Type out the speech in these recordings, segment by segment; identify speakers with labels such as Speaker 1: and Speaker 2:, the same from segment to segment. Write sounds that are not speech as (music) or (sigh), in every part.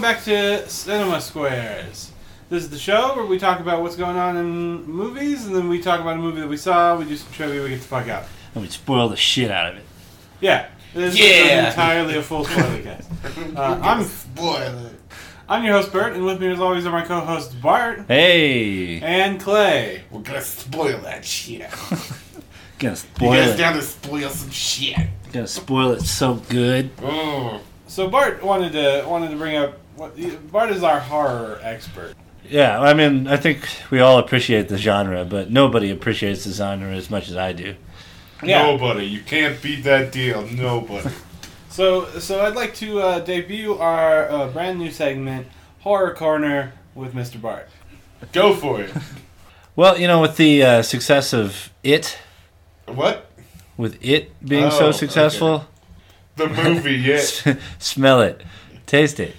Speaker 1: back to Cinema Squares. This is the show where we talk about what's going on in movies, and then we talk about a movie that we saw. We do some trivia. We get the fuck out.
Speaker 2: And we spoil the shit out of it.
Speaker 1: Yeah, this
Speaker 3: Yeah.
Speaker 1: is entirely a full spoiler cast. Uh, I'm
Speaker 4: Boy,
Speaker 1: I'm your host Bert, and with me as always are my co-hosts Bart
Speaker 2: Hey,
Speaker 1: and Clay.
Speaker 4: we're gonna spoil that shit.
Speaker 2: gonna
Speaker 4: You
Speaker 2: spoil
Speaker 4: guys
Speaker 2: it.
Speaker 4: down to spoil some shit.
Speaker 2: Gonna spoil it so good.
Speaker 4: Oh,
Speaker 1: So Bart wanted to wanted to bring up what Bart is our horror expert.
Speaker 2: Yeah, I mean, I think we all appreciate the genre, but nobody appreciates the genre as much as I do.
Speaker 1: Yeah.
Speaker 4: Nobody. You can't beat that deal. Nobody.
Speaker 1: So so I'd like to uh, debut our uh, brand new segment, Horror Corner with Mr. Bart.
Speaker 4: Go for it.
Speaker 2: Well, you know, with the uh, success of it,
Speaker 4: What?
Speaker 2: with it being
Speaker 4: Oh,
Speaker 2: so
Speaker 4: okay.
Speaker 2: successful,
Speaker 4: The movie, yeah.
Speaker 2: (laughs) smell it, taste it.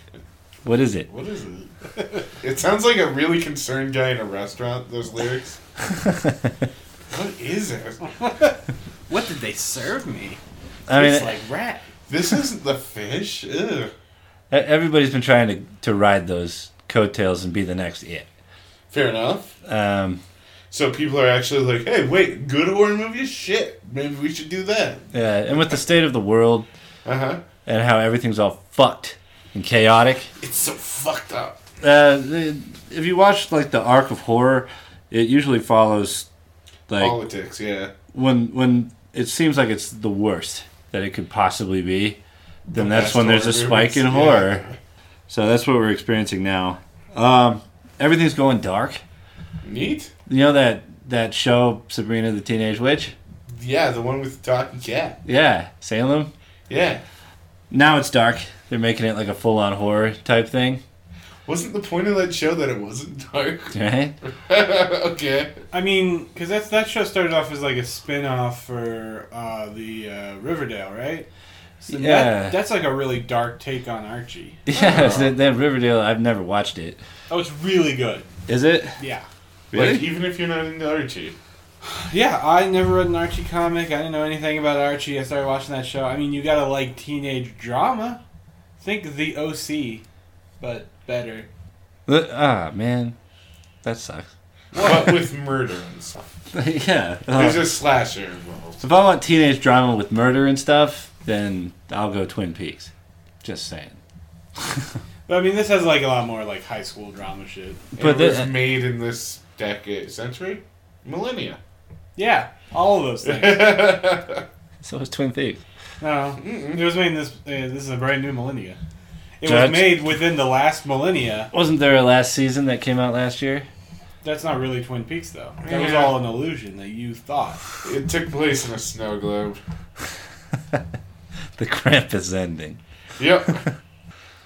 Speaker 2: What is it? (laughs)
Speaker 4: What is it? (laughs) it sounds like a really concerned guy in a restaurant, those lyrics. What is it?
Speaker 1: What did they serve me?
Speaker 2: I mean,
Speaker 1: Tastes like rat.
Speaker 4: This isn't the fish?
Speaker 2: e-
Speaker 4: Ugh.
Speaker 2: everybody's been trying to, to ride those coattails and be the next it.
Speaker 4: Fair enough.
Speaker 2: Um,
Speaker 4: So people are actually like, hey, wait, good horror movies? Shit. Maybe we should do that.
Speaker 2: yeah, and with the state of the world
Speaker 4: Uh huh.
Speaker 2: and how everything's all fucked and chaotic,
Speaker 4: It's so fucked up.
Speaker 2: uh, the- if you watch like the arc of horror, it usually follows like
Speaker 4: Politics, yeah.
Speaker 2: when when it seems like it's the worst that it could possibly be, then
Speaker 4: The
Speaker 2: that's
Speaker 4: best
Speaker 2: when there's a
Speaker 4: horror
Speaker 2: spike in
Speaker 4: movies,
Speaker 2: horror. So that's what we're experiencing now. Um, everything's going dark.
Speaker 4: Neat.
Speaker 2: You know that that show Sabrina the Teenage Witch?
Speaker 4: Yeah, the one with the talking cat.
Speaker 2: Yeah, Salem.
Speaker 4: Yeah.
Speaker 2: Now it's dark. They're making it like a full on horror type thing,
Speaker 4: Wasn't the point of that show that it wasn't dark? (laughs)
Speaker 2: right?
Speaker 4: okay.
Speaker 1: I mean, because that's that show started off as like a spin-off for uh, the uh, Riverdale, right? So
Speaker 2: Yeah.
Speaker 1: that, that's like a really dark take on Archie.
Speaker 2: (laughs) Yeah, so that Riverdale. I've never watched it.
Speaker 1: Oh, it's really good.
Speaker 2: Is it?
Speaker 1: Yeah.
Speaker 4: Like, even if you're not into Archie.
Speaker 1: Yeah, I never read an Archie comic. I didn't know anything about Archie. I started watching that show. I mean, you gotta like teenage drama. Think The OC, but better.
Speaker 2: Look- Ah, man, that sucks.
Speaker 4: but with murder and stuff.
Speaker 2: (laughs) yeah.
Speaker 4: There's
Speaker 2: Oh.
Speaker 4: a slasher involved.
Speaker 2: So if I want teenage drama with murder and stuff, then I'll go Twin Peaks. Just saying.
Speaker 1: But I mean, this has like a lot more like high school drama shit.
Speaker 2: (laughs) But
Speaker 4: But it was
Speaker 2: the- uh,
Speaker 4: made in this decade, century, millennia.
Speaker 1: Yeah, all of those things.
Speaker 4: Mm-mm.
Speaker 2: So it's Twin Peaks.
Speaker 1: No, it was made in this. Uh, this is a brand new millennia. It
Speaker 2: Judge?
Speaker 1: was made within the last millennia.
Speaker 2: Wasn't there a last season that came out last year?
Speaker 1: That's not really Twin Peaks, though. That was
Speaker 4: Yeah.
Speaker 1: all an illusion that you thought.
Speaker 4: (laughs) it took place in a snow globe.
Speaker 2: (laughs) The Krampus ending.
Speaker 4: Yep.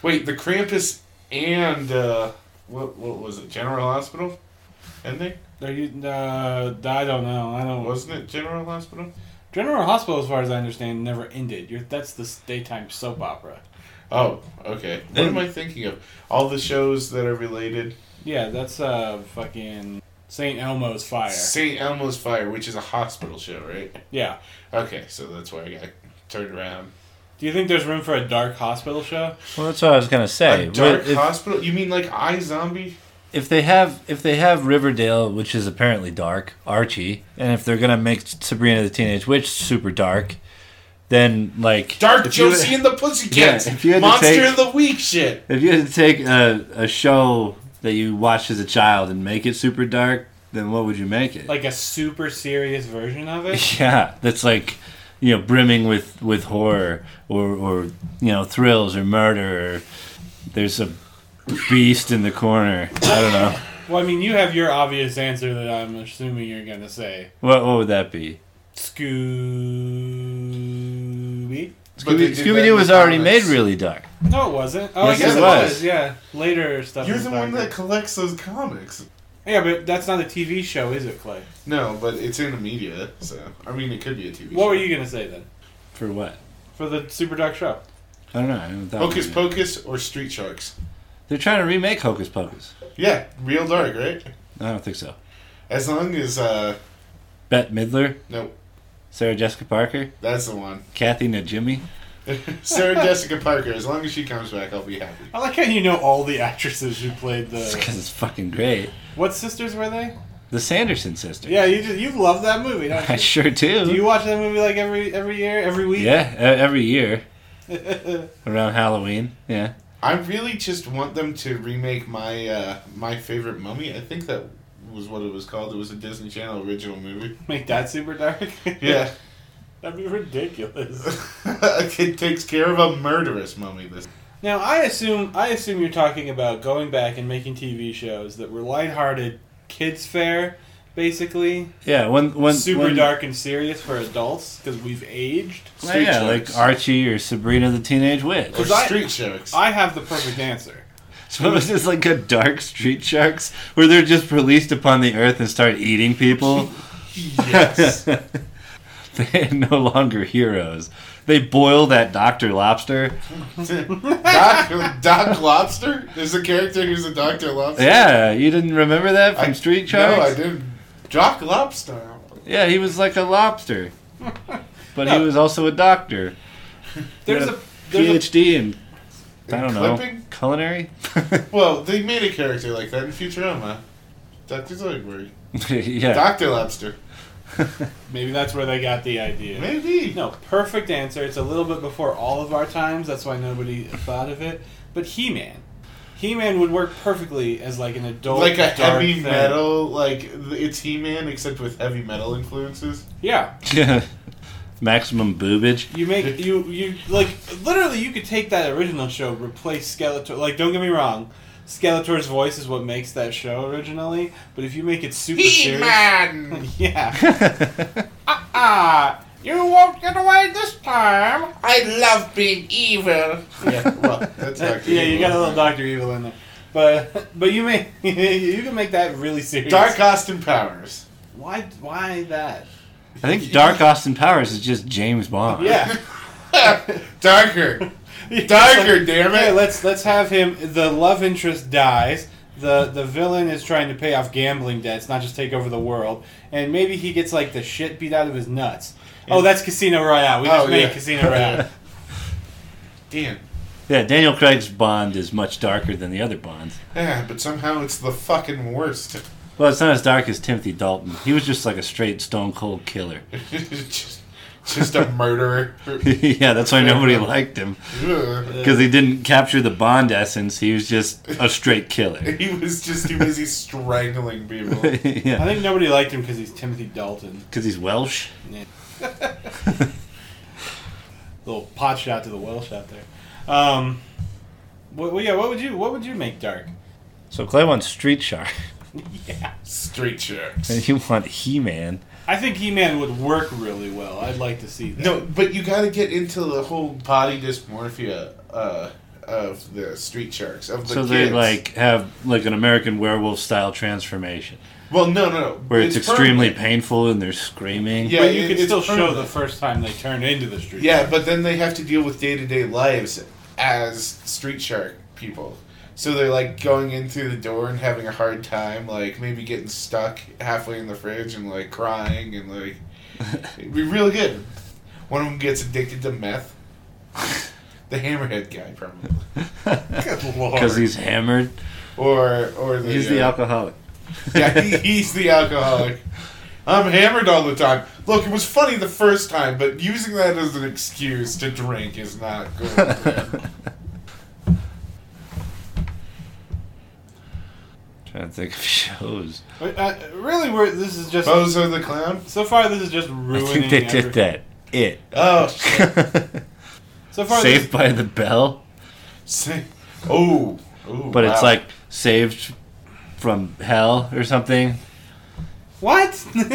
Speaker 4: Wait, the Krampus and uh, what what was it? General Hospital ending?
Speaker 1: There, you, uh, I don't know. I don't.
Speaker 4: Wasn't it General Hospital?
Speaker 1: General Hospital, as far as I understand, never ended. You're, that's the daytime soap opera.
Speaker 4: Oh, okay. What am I thinking of? All the shows that are related.
Speaker 1: Yeah, that's uh fucking Saint Elmo's Fire.
Speaker 4: St. Elmo's Fire, which is a hospital show, right?
Speaker 1: Yeah.
Speaker 4: Okay, so that's why I got turned around.
Speaker 1: Do you think there's room for a dark hospital show?
Speaker 2: Well, that's what I was gonna say.
Speaker 4: a dark
Speaker 2: if,
Speaker 4: hospital? You mean like I Zombie?
Speaker 2: if they have if they have Riverdale, which is apparently dark, Archie, and if they're gonna make Sabrina the Teenage Witch super dark, then like
Speaker 4: Dark
Speaker 2: if you-
Speaker 4: Josie and the Pussycats.
Speaker 2: Yeah, if you had to
Speaker 4: Monster
Speaker 2: take-
Speaker 4: of the Week shit.
Speaker 2: If you had to take a, a show that you watched as a child and make it super dark, then what would you make it?
Speaker 1: Like a super serious version of it?
Speaker 2: (laughs) yeah, that's like you know brimming with with horror or or you know thrills or murder. Or there's a beast in the corner. I don't know.
Speaker 1: well, I mean, you have your obvious answer that I'm assuming you're gonna say.
Speaker 2: What what would that be?
Speaker 1: Scooby.
Speaker 4: But they
Speaker 2: Scooby
Speaker 4: did that
Speaker 2: Doo
Speaker 4: in
Speaker 2: was
Speaker 4: the
Speaker 2: already
Speaker 4: comics.
Speaker 2: made really dark.
Speaker 1: No, it wasn't. Oh,
Speaker 2: Yes,
Speaker 1: I guess
Speaker 2: it
Speaker 1: it
Speaker 2: was.
Speaker 1: was. Yeah, later stuff.
Speaker 4: You're
Speaker 1: was
Speaker 4: the one that
Speaker 1: darker.
Speaker 4: collects those comics.
Speaker 1: Yeah, but that's not a TV show, is it, Clay?
Speaker 4: No, but it's in the media, so I mean it could be a TV.
Speaker 1: What
Speaker 4: show.
Speaker 1: were you gonna say then
Speaker 2: For what?
Speaker 1: for the super dark show?
Speaker 2: I don't know. I haven't thought
Speaker 4: Hocus
Speaker 2: about it.
Speaker 4: Pocus or Street Sharks?
Speaker 2: They're trying to remake Hocus Pocus.
Speaker 4: Yeah, real dark, right?
Speaker 2: I don't think so.
Speaker 4: As long as uh,
Speaker 2: Bette Midler,
Speaker 4: no,
Speaker 2: Sarah Jessica Parker,
Speaker 4: that's the one.
Speaker 2: Kathy Najimy.
Speaker 4: (laughs) Sarah Jessica Parker. As long as she comes back, I'll be happy.
Speaker 1: I like how you know all the actresses who played the.
Speaker 4: (laughs)
Speaker 2: Because it's fucking great.
Speaker 1: What sisters were they?
Speaker 2: The Sanderson sisters.
Speaker 1: Yeah, you just, you love that movie, don't
Speaker 2: (laughs) I
Speaker 4: (laughs)
Speaker 1: you?
Speaker 2: sure do.
Speaker 1: Do you watch that movie like every every year, every week?
Speaker 2: yeah, e- every year around Halloween. Yeah.
Speaker 4: I really just want them to remake my uh, my favorite mummy. I think that was what it was called. It was a Disney Channel original movie.
Speaker 1: (laughs) Make that super dark.
Speaker 4: Yeah,
Speaker 1: (laughs)
Speaker 4: (laughs)
Speaker 1: that'd be ridiculous.
Speaker 4: it takes care of a murderous mummy. This
Speaker 1: Now I assume I assume you're talking about going back and making TV shows that were lighthearted, kids fair, basically
Speaker 2: Yeah. One. One.
Speaker 1: super
Speaker 2: one-
Speaker 1: dark and serious for adults because we've aged.
Speaker 2: Well,
Speaker 4: Street
Speaker 2: Oh, yeah,
Speaker 4: Sharks.
Speaker 2: like Archie or Sabrina the Teenage Witch.
Speaker 4: or
Speaker 1: 'Cause I-
Speaker 4: Street Sharks.
Speaker 1: I have the perfect answer.
Speaker 2: (laughs) So it was just like a dark Street Sharks where they're just released upon the earth and start eating people. (laughs)
Speaker 4: yes.
Speaker 2: They are no longer heroes. They boil that Dr. Lobster.
Speaker 4: Doc, Doc Lobster? There's a character who's a Doctor Lobster.
Speaker 2: Yeah, you didn't remember that from
Speaker 4: I-
Speaker 2: Street Sharks?
Speaker 4: No, I didn't. Doc Lobster.
Speaker 2: Yeah, he was like a
Speaker 4: (laughs)
Speaker 2: lobster. But he
Speaker 1: No.
Speaker 2: was also a doctor.
Speaker 1: There's
Speaker 2: Yeah.
Speaker 1: a there's a,
Speaker 2: PhD in, I don't
Speaker 4: In
Speaker 2: know,
Speaker 4: clipping? (laughs)
Speaker 2: culinary? (laughs)
Speaker 4: Well, they made a character like that in Futurama. Doctor Zoidberg.
Speaker 2: yeah.
Speaker 4: Doctor Lobster.
Speaker 1: maybe that's where they got the idea.
Speaker 4: Maybe.
Speaker 1: No, perfect answer. It's a little bit before all of our times. That's why nobody thought of it. But He-Man, He-Man would work perfectly as like an adult,
Speaker 4: Like a
Speaker 1: dark
Speaker 4: heavy
Speaker 1: thing.
Speaker 4: metal, like it's He-Man except with heavy metal influences.
Speaker 1: Yeah,
Speaker 2: yeah. (laughs) Maximum
Speaker 4: (laughs)
Speaker 2: boobage.
Speaker 1: you make you you like literally you could take that original show, replace Skeletor. Like, don't get me wrong, Skeletor's voice is what makes that show originally. But if you make it super
Speaker 4: He-Man. (laughs)
Speaker 1: serious, (laughs) yeah, ah, you won't get away this time.
Speaker 4: I love being evil. Yeah, well,
Speaker 1: (laughs)
Speaker 4: that's
Speaker 1: yeah,
Speaker 4: Doctor.
Speaker 1: you got a little Doctor Evil in there, but (laughs) but you may you can make that really serious.
Speaker 4: Dark Austin (laughs) Powers.
Speaker 1: Why why that?
Speaker 2: I think (laughs) Dark Austin Powers is just James Bond.
Speaker 4: (laughs)
Speaker 1: Yeah,
Speaker 4: Darker, (laughs) darker, damn
Speaker 1: Okay,
Speaker 4: it!
Speaker 1: let's let's have him. The love interest dies. The the villain is trying to pay off gambling debts, not just take over the world. And maybe he gets like the shit beat out of his nuts. Oh, that's Casino Royale. We just
Speaker 4: Oh,
Speaker 1: made
Speaker 4: yeah.
Speaker 1: Casino Royale.
Speaker 4: (laughs) Damn.
Speaker 2: Yeah, Daniel Craig's Bond is much darker than the other Bonds.
Speaker 4: Yeah, but somehow it's the fucking worst. (laughs)
Speaker 2: Well, it's not as dark as Timothy Dalton. He was just like a straight stone cold killer. (laughs)
Speaker 4: just, just
Speaker 1: (laughs)
Speaker 4: a murderer.
Speaker 2: yeah, that's why nobody liked him.
Speaker 4: Ugh.
Speaker 2: Because he didn't capture the Bond essence, he was just a straight
Speaker 4: (laughs)
Speaker 2: killer. (laughs)
Speaker 4: he was just too busy strangling people.
Speaker 1: (laughs) I
Speaker 2: yeah.
Speaker 1: think nobody liked him because he's Timothy Dalton,
Speaker 2: Because he's Welsh.
Speaker 1: little pot shot to the Welsh out there. Um, what, well, yeah, what would you what would you make
Speaker 4: (laughs)
Speaker 1: dark?
Speaker 2: So Clay wants Street Shark, (laughs)
Speaker 1: Yeah,
Speaker 4: Street
Speaker 2: and
Speaker 4: sharks.
Speaker 2: you want He Man.
Speaker 1: I think He Man would work really well. I'd like to see that.
Speaker 4: No, but you gotta get into the whole body dysmorphia uh, of the street sharks. Of the
Speaker 2: So
Speaker 4: kids.
Speaker 2: they like have like an American werewolf style transformation
Speaker 4: Well, no, no, no.
Speaker 2: where it's, extremely
Speaker 4: permanent.
Speaker 2: painful and they're screaming. (laughs)
Speaker 4: Yeah.
Speaker 1: but you
Speaker 4: it-
Speaker 1: could
Speaker 4: it's
Speaker 1: still show
Speaker 4: permanent.
Speaker 1: the first time they turn into the street.
Speaker 4: Yeah, but then they have to deal with day to day lives as street shark people. So they're like going in through the door and having a hard time, like maybe getting stuck halfway in the fridge and like crying and like it'd be real good. One of them gets addicted to meth. (laughs) The hammerhead guy probably,
Speaker 1: Good lord.
Speaker 2: Because he's hammered.
Speaker 4: or or the
Speaker 2: He's the
Speaker 4: uh,
Speaker 2: alcoholic. (laughs)
Speaker 4: yeah he, he's the alcoholic. I'm hammered all the time. Look, it was funny the first time, but using that as an excuse to drink is not
Speaker 2: (laughs)
Speaker 4: good. man.
Speaker 2: Trying to think of shows.
Speaker 1: Wait, uh, really, we're, this is just.
Speaker 4: Bozo the clown.
Speaker 1: So far, this is just
Speaker 2: I
Speaker 1: ruining.
Speaker 2: think they
Speaker 1: every-
Speaker 2: did that.
Speaker 4: (laughs)
Speaker 2: It.
Speaker 4: Oh,
Speaker 1: So far,
Speaker 2: saved
Speaker 1: this,
Speaker 2: by the Bell,
Speaker 4: see, oh, Ooh,
Speaker 2: but it's
Speaker 4: wow.
Speaker 2: like saved from hell or something.
Speaker 4: (laughs)
Speaker 2: (laughs)
Speaker 1: what? (laughs)
Speaker 4: you've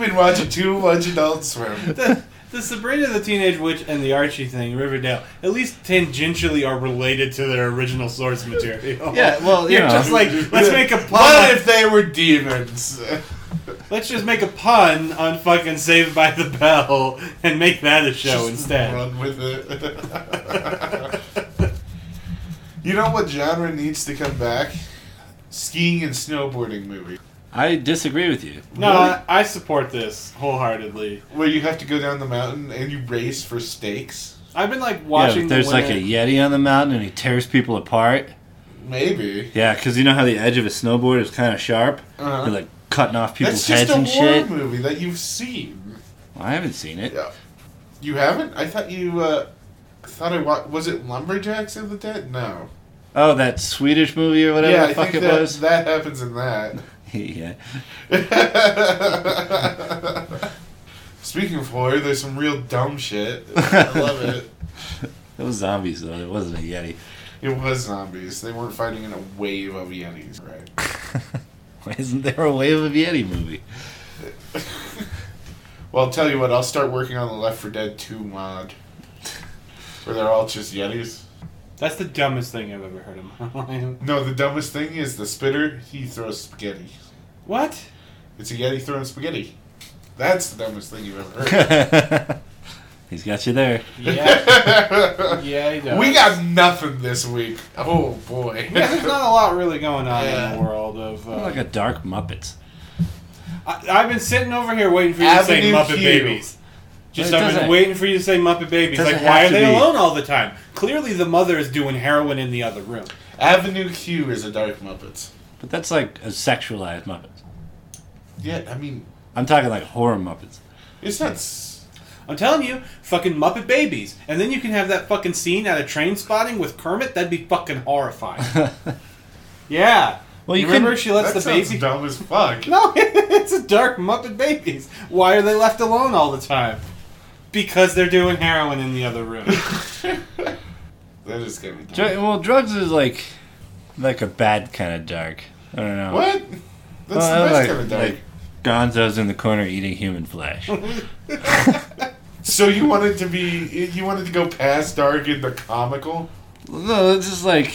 Speaker 4: been watching too much Adult Swim.
Speaker 1: the, the Sabrina the Teenage Witch and the Archie thing, Riverdale, at least tangentially are related to their original source
Speaker 4: (laughs)
Speaker 1: material.
Speaker 2: Yeah, well, you
Speaker 1: you're
Speaker 2: know.
Speaker 1: just like let's make a
Speaker 4: What
Speaker 1: pun.
Speaker 4: if they were demons?
Speaker 1: let's just make a pun on fucking Saved by the Bell and make that a show
Speaker 4: Just
Speaker 1: instead.
Speaker 4: Run with it. you know what genre needs to come back? Skiing and snowboarding movie.
Speaker 2: I disagree with you.
Speaker 1: No,
Speaker 4: Really?
Speaker 1: I, I support this wholeheartedly.
Speaker 4: Where you have to go down the mountain and you race for stakes?
Speaker 1: I've been like
Speaker 2: Yeah,
Speaker 1: watching.
Speaker 2: if there's
Speaker 1: the
Speaker 2: like
Speaker 1: winner-
Speaker 2: a Yeti on the mountain and he tears people apart.
Speaker 4: Maybe.
Speaker 2: Yeah, because you know how the edge of a snowboard is kind of sharp?
Speaker 4: Uh-huh.
Speaker 2: You're like cutting off people's
Speaker 4: That's
Speaker 2: heads
Speaker 4: just a
Speaker 2: and shit.
Speaker 4: war movie that you've seen.
Speaker 2: I haven't seen it.
Speaker 4: Yeah. You haven't? I thought you, uh, I thought I wa- was it Lumberjacks of the Dead? No.
Speaker 2: Oh, that Swedish movie or whatever
Speaker 4: yeah,
Speaker 2: the
Speaker 4: I
Speaker 2: fuck
Speaker 4: think
Speaker 2: it
Speaker 4: that,
Speaker 2: was?
Speaker 4: that happens in that. (laughs)
Speaker 2: (laughs) yeah.
Speaker 4: Speaking of horror, there's some real dumb shit. I love
Speaker 2: (laughs)
Speaker 4: it.
Speaker 2: It was zombies, though. It wasn't a Yeti. (laughs)
Speaker 4: It was zombies. They weren't fighting in a wave of Yetis, right? (laughs)
Speaker 2: Why isn't there a Wave of Yeti movie? (laughs)
Speaker 4: Well, I'll tell you what, I'll start working on the Left 4 Dead 2 mod. Where they're all just Yetis.
Speaker 1: That's the dumbest thing I've ever heard of. my (laughs) life.
Speaker 4: No, the dumbest thing is the spitter, he throws spaghetti.
Speaker 1: what?
Speaker 4: It's a Yeti throwing spaghetti. That's the dumbest thing you've ever heard.
Speaker 2: He's got you there.
Speaker 1: Yeah, (laughs)
Speaker 2: (laughs)
Speaker 1: yeah, he does.
Speaker 4: (laughs) we got nothing this week. Oh, (laughs) boy.
Speaker 1: Yeah, (laughs) there's not a lot really going on
Speaker 4: Yeah.
Speaker 1: in the world of. Uh,
Speaker 2: You're like a dark Muppets.
Speaker 1: I, I've been sitting over here waiting for you to say
Speaker 4: Avenue
Speaker 1: Muppet
Speaker 4: Q.
Speaker 1: Babies. Just
Speaker 2: It
Speaker 1: I've been
Speaker 2: doesn't-
Speaker 1: waiting for you to say Muppet Babies.
Speaker 2: doesn't
Speaker 1: Like, why
Speaker 2: have
Speaker 1: are
Speaker 2: to
Speaker 1: they
Speaker 2: be.
Speaker 1: alone all the time? Clearly, the mother is doing heroin in the other room.
Speaker 4: Avenue Q is a Dark Muppets.
Speaker 2: But that's like a sexualized Muppets.
Speaker 4: Yeah, I mean,
Speaker 2: I'm talking like horror Muppets.
Speaker 4: it's not. s-
Speaker 1: I'm telling you, fucking Muppet Babies, and then you can have that fucking scene out of Train Spotting with Kermit. That'd be fucking
Speaker 2: (laughs)
Speaker 1: horrifying. yeah.
Speaker 2: Well, you
Speaker 1: remember
Speaker 2: couldn't-
Speaker 1: she lets
Speaker 4: that
Speaker 1: the
Speaker 4: sounds
Speaker 1: baby.
Speaker 4: dumb as
Speaker 1: (laughs)
Speaker 4: fuck.
Speaker 1: No, it's a dark Muppet Babies. Why are they left alone all the time? Because they're doing heroin in the other room. (laughs)
Speaker 4: (laughs) That is gonna be dumb.
Speaker 2: Dr- well, drugs is like like a bad kind of dark. I don't know.
Speaker 4: What?
Speaker 2: Well,
Speaker 4: That's the best
Speaker 2: like-
Speaker 4: kind of dark.
Speaker 2: like Gonzo's in the corner eating human
Speaker 4: (laughs)
Speaker 2: flesh.
Speaker 4: So you wanted to be, you wanted to go past dark into comical.
Speaker 2: no, it's just like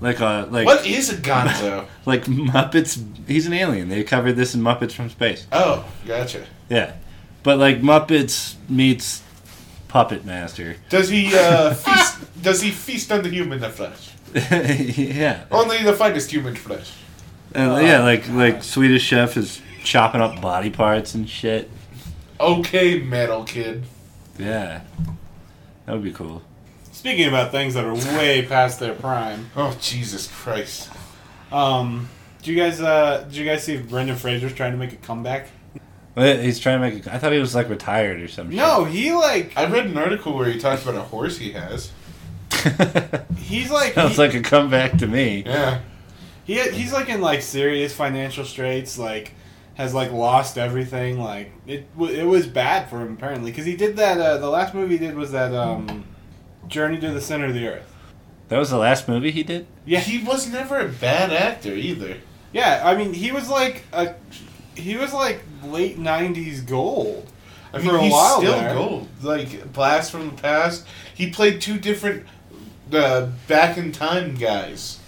Speaker 2: like a like
Speaker 4: What is a gonzo?
Speaker 2: like Muppets. He's an alien. They covered this in Muppets from Space.
Speaker 4: oh, gotcha.
Speaker 2: Yeah, but like Muppets meets Puppet Master. (laughs)
Speaker 4: Does
Speaker 1: (laughs)
Speaker 4: he uh, feast? Does he feast on the human flesh?
Speaker 2: yeah,
Speaker 4: Only the finest human flesh.
Speaker 2: And, yeah, like like Swedish Chef is chopping up body parts and shit.
Speaker 4: Okay, metal kid.
Speaker 2: Yeah, that would be cool.
Speaker 1: Speaking about things that are way past their prime,
Speaker 4: Oh Jesus Christ!
Speaker 1: um, do you guys uh, do you guys see if Brendan Fraser's trying to make a comeback?
Speaker 2: Wait, He's trying to make. A, I thought he was like retired or something.
Speaker 1: No, he like
Speaker 4: I read an article where he talked about a horse he has.
Speaker 2: (laughs)
Speaker 1: he's like
Speaker 2: Sounds
Speaker 1: he,
Speaker 2: like a comeback to me.
Speaker 4: Yeah,
Speaker 1: he- he's like in like serious financial straits. Like has like lost everything. Like it w- it was bad for him apparently because he did that. Uh, the last movie he did was that um, Journey to the Center of the Earth.
Speaker 2: That was the last movie he did.
Speaker 1: Yeah.
Speaker 4: He was never a bad actor either.
Speaker 1: Yeah, I mean he was like a he was like late '90s gold.
Speaker 4: I mean,
Speaker 1: For a
Speaker 4: he's
Speaker 1: while
Speaker 4: still
Speaker 1: there.
Speaker 4: gold. Like blast from the past. He played two different uh, back in time guys.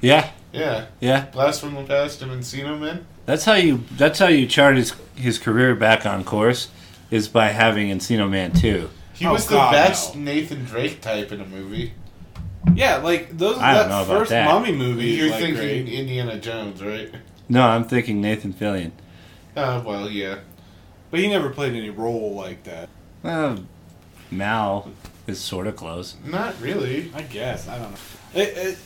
Speaker 2: Yeah,
Speaker 4: Yeah.
Speaker 2: yeah.
Speaker 4: Blast from the Past and Encino Man?
Speaker 2: That's how you. That's how you chart his his career back on course, is by having Encino Man two.
Speaker 4: He
Speaker 1: Oh,
Speaker 4: was
Speaker 1: God,
Speaker 4: the best
Speaker 1: no.
Speaker 4: Nathan Drake type in a movie.
Speaker 1: Yeah, like those
Speaker 2: I
Speaker 1: that
Speaker 2: don't know about
Speaker 1: first
Speaker 2: that.
Speaker 1: mummy movie. is,
Speaker 4: You're
Speaker 1: like,
Speaker 4: thinking
Speaker 1: great.
Speaker 4: Indiana Jones, right?
Speaker 2: No, I'm thinking Nathan Fillion.
Speaker 4: Uh, well, yeah.
Speaker 1: but he never played any role like that.
Speaker 2: Well, Mal is sort of close. (laughs)
Speaker 4: Not really.
Speaker 1: I guess I don't know. It, it,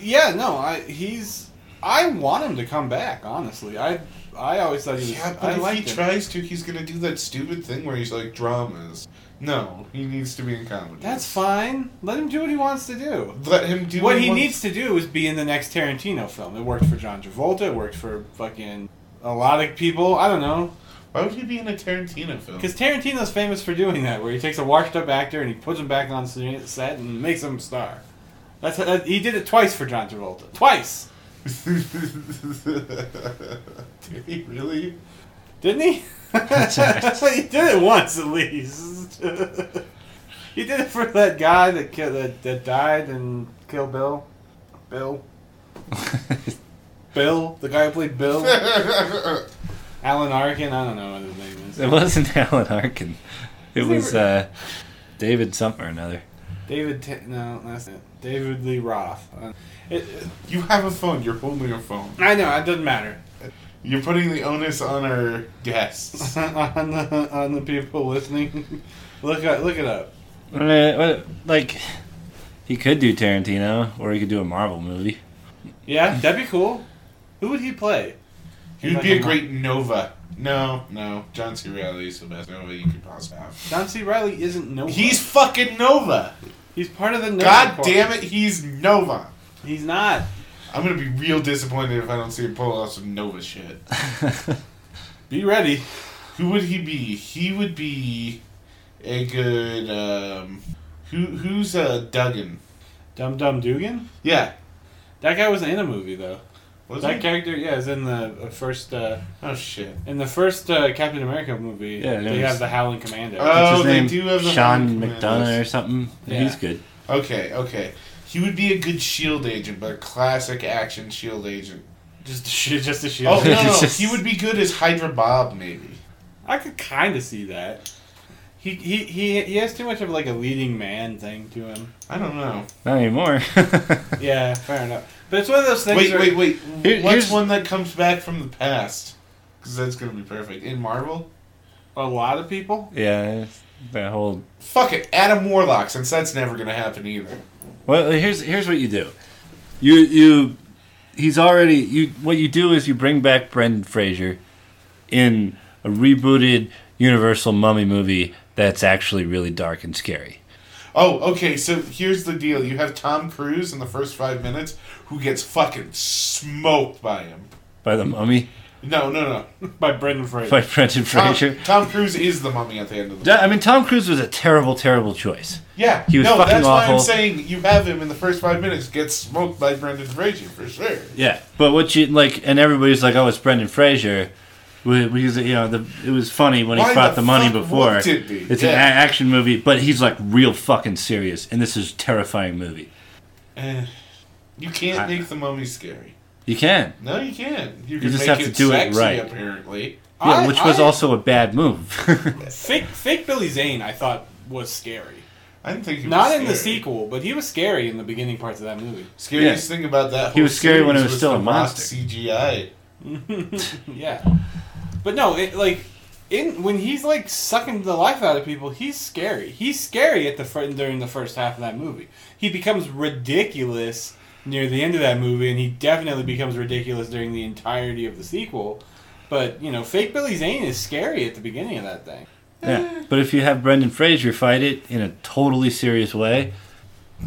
Speaker 1: yeah, no, I he's I want him to come back. Honestly, I I always thought he was.
Speaker 4: Yeah,
Speaker 1: I
Speaker 4: but if he
Speaker 1: liked him.
Speaker 4: tries to, he's gonna do that stupid thing where he's like dramas. No, he needs to be in comedy.
Speaker 1: That's fine. Let him do what he wants to do.
Speaker 4: Let him do
Speaker 1: what he
Speaker 4: wants-
Speaker 1: needs to do is be in the next Tarantino film. It worked for John Travolta. It worked for fucking a lot of people. I don't know.
Speaker 4: Why would he be in a Tarantino film?
Speaker 1: Because Tarantino's famous for doing that, where he takes a washed up actor and he puts him back on se- set and makes him a star. That's that, he did it twice for John Travolta. Twice,
Speaker 4: (laughs) Did he really?
Speaker 1: didn't he? (laughs) he did it once at least. (laughs) he did it for that guy that killed, that, that died in Kill Bill. Bill. Bill, the guy who played
Speaker 4: (laughs)
Speaker 1: Bill,
Speaker 4: Alan
Speaker 1: Alan Arkin. I don't know what his name is.
Speaker 2: It wasn't Alan Arkin. It
Speaker 1: Is
Speaker 2: was
Speaker 1: it-
Speaker 2: uh, David something or another.
Speaker 1: David. T- no, that's it. David Lee Roth. Uh, it- it-
Speaker 4: You have a phone. You're holding a phone.
Speaker 1: I know it doesn't matter.
Speaker 4: You're putting the onus on our (laughs) guests.
Speaker 1: on the (laughs) on the people listening. (laughs) look at look it up.
Speaker 2: Uh, what- like, he could do Tarantino, or he could do a Marvel movie.
Speaker 1: Yeah, that'd be cool. Who would he play?
Speaker 4: You'd be a great Nova. No, no. John C. Reilly is the best Nova you could possibly have.
Speaker 1: John C. Riley isn't Nova.
Speaker 4: He's fucking Nova.
Speaker 1: he's part of the Nova.
Speaker 4: God
Speaker 1: Corps.
Speaker 4: damn it, he's Nova.
Speaker 1: He's not.
Speaker 4: I'm gonna be real disappointed if I don't see him pull off some Nova shit.
Speaker 1: Be ready.
Speaker 4: Who would he be? He would be a good um who who's uh Duggan?
Speaker 1: Dum Dum Dugan.
Speaker 4: Yeah.
Speaker 1: That guy was in a movie though.
Speaker 4: Was
Speaker 1: that
Speaker 4: he?
Speaker 1: character, yeah, is in the uh, first uh,
Speaker 4: Oh shit.
Speaker 1: in the first uh, Captain America movie.
Speaker 2: Yeah, it
Speaker 1: they
Speaker 2: is.
Speaker 1: have the Howling Commando.
Speaker 4: Uh,
Speaker 2: What's
Speaker 4: Oh,
Speaker 2: his
Speaker 4: they
Speaker 2: name?
Speaker 4: do have the
Speaker 2: Sean McDonough
Speaker 4: Marvel
Speaker 2: or
Speaker 4: Commandos.
Speaker 2: something.
Speaker 1: Yeah.
Speaker 2: He's good.
Speaker 4: Okay, okay. He would be a good shield agent, but a classic action shield agent.
Speaker 1: just a shi- just a shield.
Speaker 2: (laughs)
Speaker 4: Oh no, no,
Speaker 2: It's
Speaker 4: no.
Speaker 2: just-
Speaker 4: he would be good as Hydra Bob maybe.
Speaker 1: (laughs) I could kind of see that. He, he he he has too much of like a leading man thing to him.
Speaker 4: I don't know.
Speaker 2: Not anymore. (laughs)
Speaker 1: Yeah, fair enough. But it's one of those things.
Speaker 4: Wait,
Speaker 1: where-
Speaker 4: wait, wait.
Speaker 2: Here-
Speaker 4: What's
Speaker 2: here's-
Speaker 4: one that comes back from the past? Because that's gonna be perfect in Marvel.
Speaker 1: A lot of people.
Speaker 2: yeah, that whole.
Speaker 4: Fuck it, Adam Warlock. Since that's never gonna happen either.
Speaker 2: Well, here's here's what you do. You you, he's already you. What you do is you bring back Brendan Fraser, in a rebooted Universal Mummy movie that's actually really dark and scary.
Speaker 4: Oh, okay. So here's the deal: you have Tom Cruise in the first five minutes, who gets fucking smoked by him.
Speaker 2: By the mummy,
Speaker 4: No,
Speaker 2: (laughs)
Speaker 4: no, no.
Speaker 1: By Brendan Fraser.
Speaker 2: by (laughs) Brendan
Speaker 4: Tom,
Speaker 2: Fraser.
Speaker 4: Tom Cruise is the mummy at the end of the.
Speaker 2: Yeah, I mean, Tom Cruise was a terrible, terrible choice.
Speaker 4: Yeah,
Speaker 2: He was
Speaker 4: no,
Speaker 2: fucking
Speaker 4: that's why I'm
Speaker 2: awful.
Speaker 4: saying you have him in the first five minutes gets smoked by Brendan Fraser for sure.
Speaker 2: Yeah, but what you like, and everybody's like, "Oh, it's Brendan Fraser." We- we use it, you know, the, it was funny when he
Speaker 4: Why
Speaker 2: brought
Speaker 4: the
Speaker 2: the, money
Speaker 4: fuck
Speaker 2: before.
Speaker 4: would it be?
Speaker 2: It's
Speaker 4: Yeah.
Speaker 2: an a- action movie, but he's like real fucking serious, and this is a terrifying movie.
Speaker 4: Eh, you can't
Speaker 2: I-
Speaker 4: make the mummy scary.
Speaker 2: You can,
Speaker 4: No, you can't. You can
Speaker 2: just
Speaker 4: make
Speaker 2: have
Speaker 4: it
Speaker 2: to do it
Speaker 4: sexy,
Speaker 2: right.
Speaker 4: Apparently,
Speaker 2: yeah,
Speaker 1: I-
Speaker 2: which was
Speaker 1: I-
Speaker 2: also a bad move. (laughs)
Speaker 1: fake fake Billy Zane. I thought was scary.
Speaker 4: I didn't think he was
Speaker 1: Not in the
Speaker 4: scary.
Speaker 1: sequel, but he was scary in the beginning parts of that movie. (laughs)
Speaker 4: Scariest thing about that whole
Speaker 2: He was scary when it
Speaker 4: series
Speaker 2: was still
Speaker 4: the
Speaker 2: a
Speaker 4: mock
Speaker 2: monster.
Speaker 4: CGI.
Speaker 1: Yeah, but no, it like in when he's like sucking the life out of people, he's scary. He's scary at the fir- during the first half of that movie. He becomes ridiculous near the end of that movie, and he definitely becomes ridiculous during the entirety of the sequel. But you know, fake Billy Zane is scary at the beginning of that thing.
Speaker 2: yeah, but if you have Brendan Fraser fight it in a totally serious way,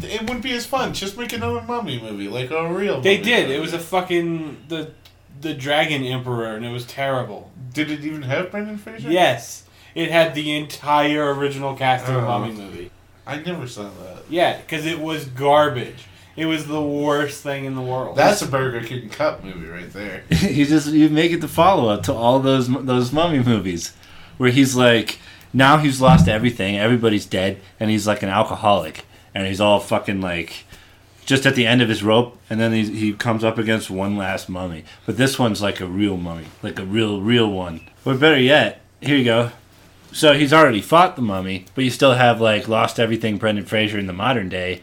Speaker 4: It wouldn't be as fun. Just make another mummy movie, like a real.
Speaker 1: They
Speaker 4: mummy
Speaker 1: did.
Speaker 4: movie.
Speaker 1: It was a fucking the the Dragon Emperor, and it was terrible.
Speaker 4: Did it even have Brendan Fraser?
Speaker 1: Yes, it had the entire original cast of a
Speaker 4: Oh.
Speaker 1: mummy movie.
Speaker 4: I never saw that.
Speaker 1: Yeah, because it was garbage. It was the worst thing in the world.
Speaker 4: That's a Burger King Cup movie right there.
Speaker 2: (laughs) you just you make it the follow up to all those those mummy movies, where he's like now he's lost everything, everybody's dead, and he's like an alcoholic, and he's all fucking like just at the end of his rope, and then he he comes up against one last mummy, but this one's like a real mummy, like a real real one. Or better yet, here you go. So he's already fought the mummy, but you still have like lost everything Brendan Fraser in the modern day,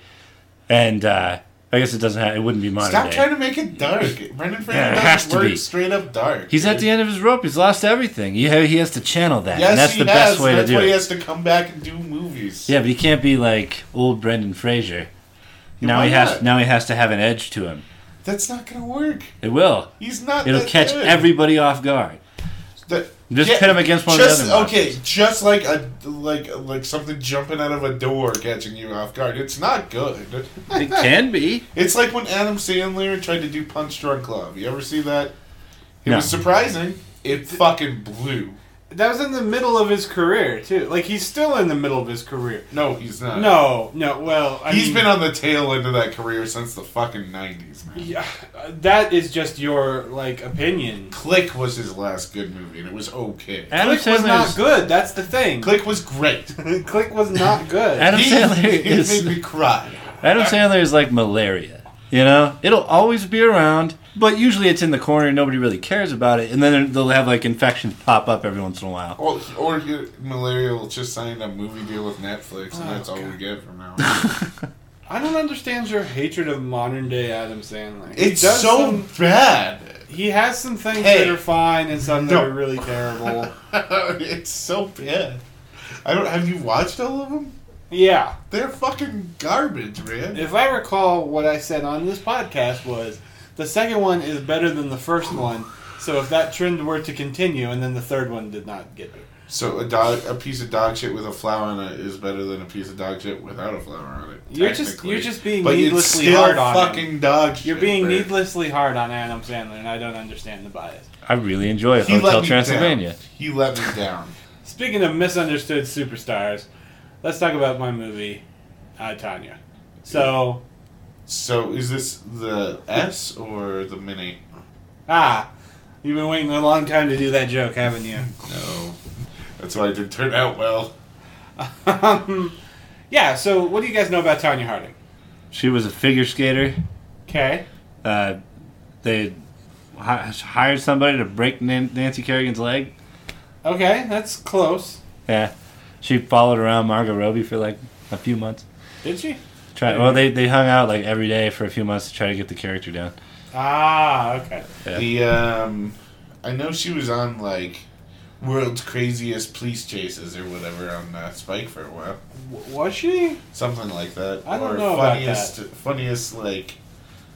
Speaker 2: and uh, I guess it doesn't have it wouldn't be modern
Speaker 4: Stop
Speaker 2: day.
Speaker 4: trying to make it dark. Brendan Fraser
Speaker 2: Yeah, it
Speaker 4: doesn't
Speaker 2: has to
Speaker 4: work
Speaker 2: be.
Speaker 4: straight up dark.
Speaker 2: He's at the end of his rope. He's lost everything. He, ha- he has to channel that.
Speaker 4: Yes,
Speaker 2: and that's
Speaker 4: he
Speaker 2: the
Speaker 4: has.
Speaker 2: best way
Speaker 4: that's
Speaker 2: to do
Speaker 4: why
Speaker 2: it.
Speaker 4: he has to come back and do movies.
Speaker 2: yeah, but he can't be like old Brendan Fraser. Now
Speaker 4: why
Speaker 2: he has
Speaker 4: not?
Speaker 2: now he has to have an edge to him.
Speaker 4: That's not gonna work.
Speaker 2: It will.
Speaker 4: He's not.
Speaker 2: It'll
Speaker 4: that
Speaker 2: catch
Speaker 4: good.
Speaker 2: everybody off guard.
Speaker 4: That-
Speaker 2: Just
Speaker 4: yeah,
Speaker 2: pit him against one
Speaker 4: just,
Speaker 2: of the other
Speaker 4: Okay,
Speaker 2: monsters.
Speaker 4: just like a like like something jumping out of a door catching you off guard. It's not good.
Speaker 2: It can be.
Speaker 4: It's like when Adam Sandler tried to do Punch Drunk Love. You ever see that? It
Speaker 2: No.
Speaker 4: was surprising. It fucking blew.
Speaker 1: that was in the middle of his career too. Like he's still in the middle of his career.
Speaker 4: No, he's not.
Speaker 1: No, no. Well, I
Speaker 4: he's
Speaker 1: mean,
Speaker 4: been on the tail end of that career since the fucking nineties, man.
Speaker 1: Yeah, uh, that is just your like opinion.
Speaker 4: Click was his last good movie, and it was okay.
Speaker 2: Adam
Speaker 1: Click was not
Speaker 2: Sandler. is-
Speaker 1: good. That's the thing.
Speaker 4: Click was great.
Speaker 1: (laughs) Click was not good.
Speaker 2: Adam
Speaker 4: He-
Speaker 2: Sandler
Speaker 4: he
Speaker 2: is
Speaker 4: made me cry.
Speaker 2: Adam Sandler is like malaria. You know, it'll always be around, but usually it's in the corner. and Nobody really cares about it, and then they'll have like infections pop up every once in a while.
Speaker 4: Or,
Speaker 1: Oh,
Speaker 4: or
Speaker 1: (laughs)
Speaker 4: you- malaria will just sign a movie deal with Netflix, and that's all we get from now. on.
Speaker 1: I don't understand your hatred of modern day Adam Sandler. He
Speaker 4: It's
Speaker 1: does
Speaker 4: so
Speaker 1: some-
Speaker 4: bad. (laughs)
Speaker 1: he has some things
Speaker 4: Hey.
Speaker 1: that are fine and some
Speaker 4: No.
Speaker 1: that are really terrible. (laughs)
Speaker 4: it's so bad. I don't. Have you watched all of them?
Speaker 1: yeah.
Speaker 4: They're fucking garbage, man.
Speaker 1: If I recall, what I said on this podcast was the second one is better than the first one. So if that trend were to continue, and then the third one did not get better.
Speaker 4: So a dog, a piece of dog shit with a flower on it is better than a piece of dog shit without a flower on it.
Speaker 1: You're just-
Speaker 4: technically.
Speaker 1: you're just being
Speaker 4: but
Speaker 1: needlessly
Speaker 4: it's still
Speaker 1: hard on him.
Speaker 4: fucking dog shit.
Speaker 1: You're being
Speaker 4: man.
Speaker 1: needlessly hard on Adam Sandler, and I don't understand the bias.
Speaker 2: I really enjoy
Speaker 4: He let
Speaker 2: Hotel
Speaker 4: me
Speaker 2: Transylvania.
Speaker 4: Down. He let me down.
Speaker 1: Speaking of misunderstood superstars, let's talk about my movie, uh, Tanya. So,
Speaker 4: So is this the S or the mini?
Speaker 1: ah, you've been waiting a long time to do that joke, haven't you?
Speaker 4: No. That's why it didn't turn out well.
Speaker 1: Um, yeah, so what do you guys know about Tanya Harding?
Speaker 2: She was a figure skater.
Speaker 1: Okay.
Speaker 2: Uh, they hi- hired somebody to break Nan- Nancy Kerrigan's leg.
Speaker 1: Okay, that's close.
Speaker 2: Yeah, she followed around Margot Robbie for like a few months.
Speaker 1: Did she?
Speaker 2: Try, well, they, they hung out like every day for a few months to try to get the character down.
Speaker 1: Ah, okay.
Speaker 2: Yeah.
Speaker 4: The um, I know she was on like world's craziest police chases or whatever on uh, Spike for a while,
Speaker 1: W- was she?
Speaker 4: something like that.
Speaker 1: I don't
Speaker 4: or
Speaker 1: know about
Speaker 4: funniest, funniest like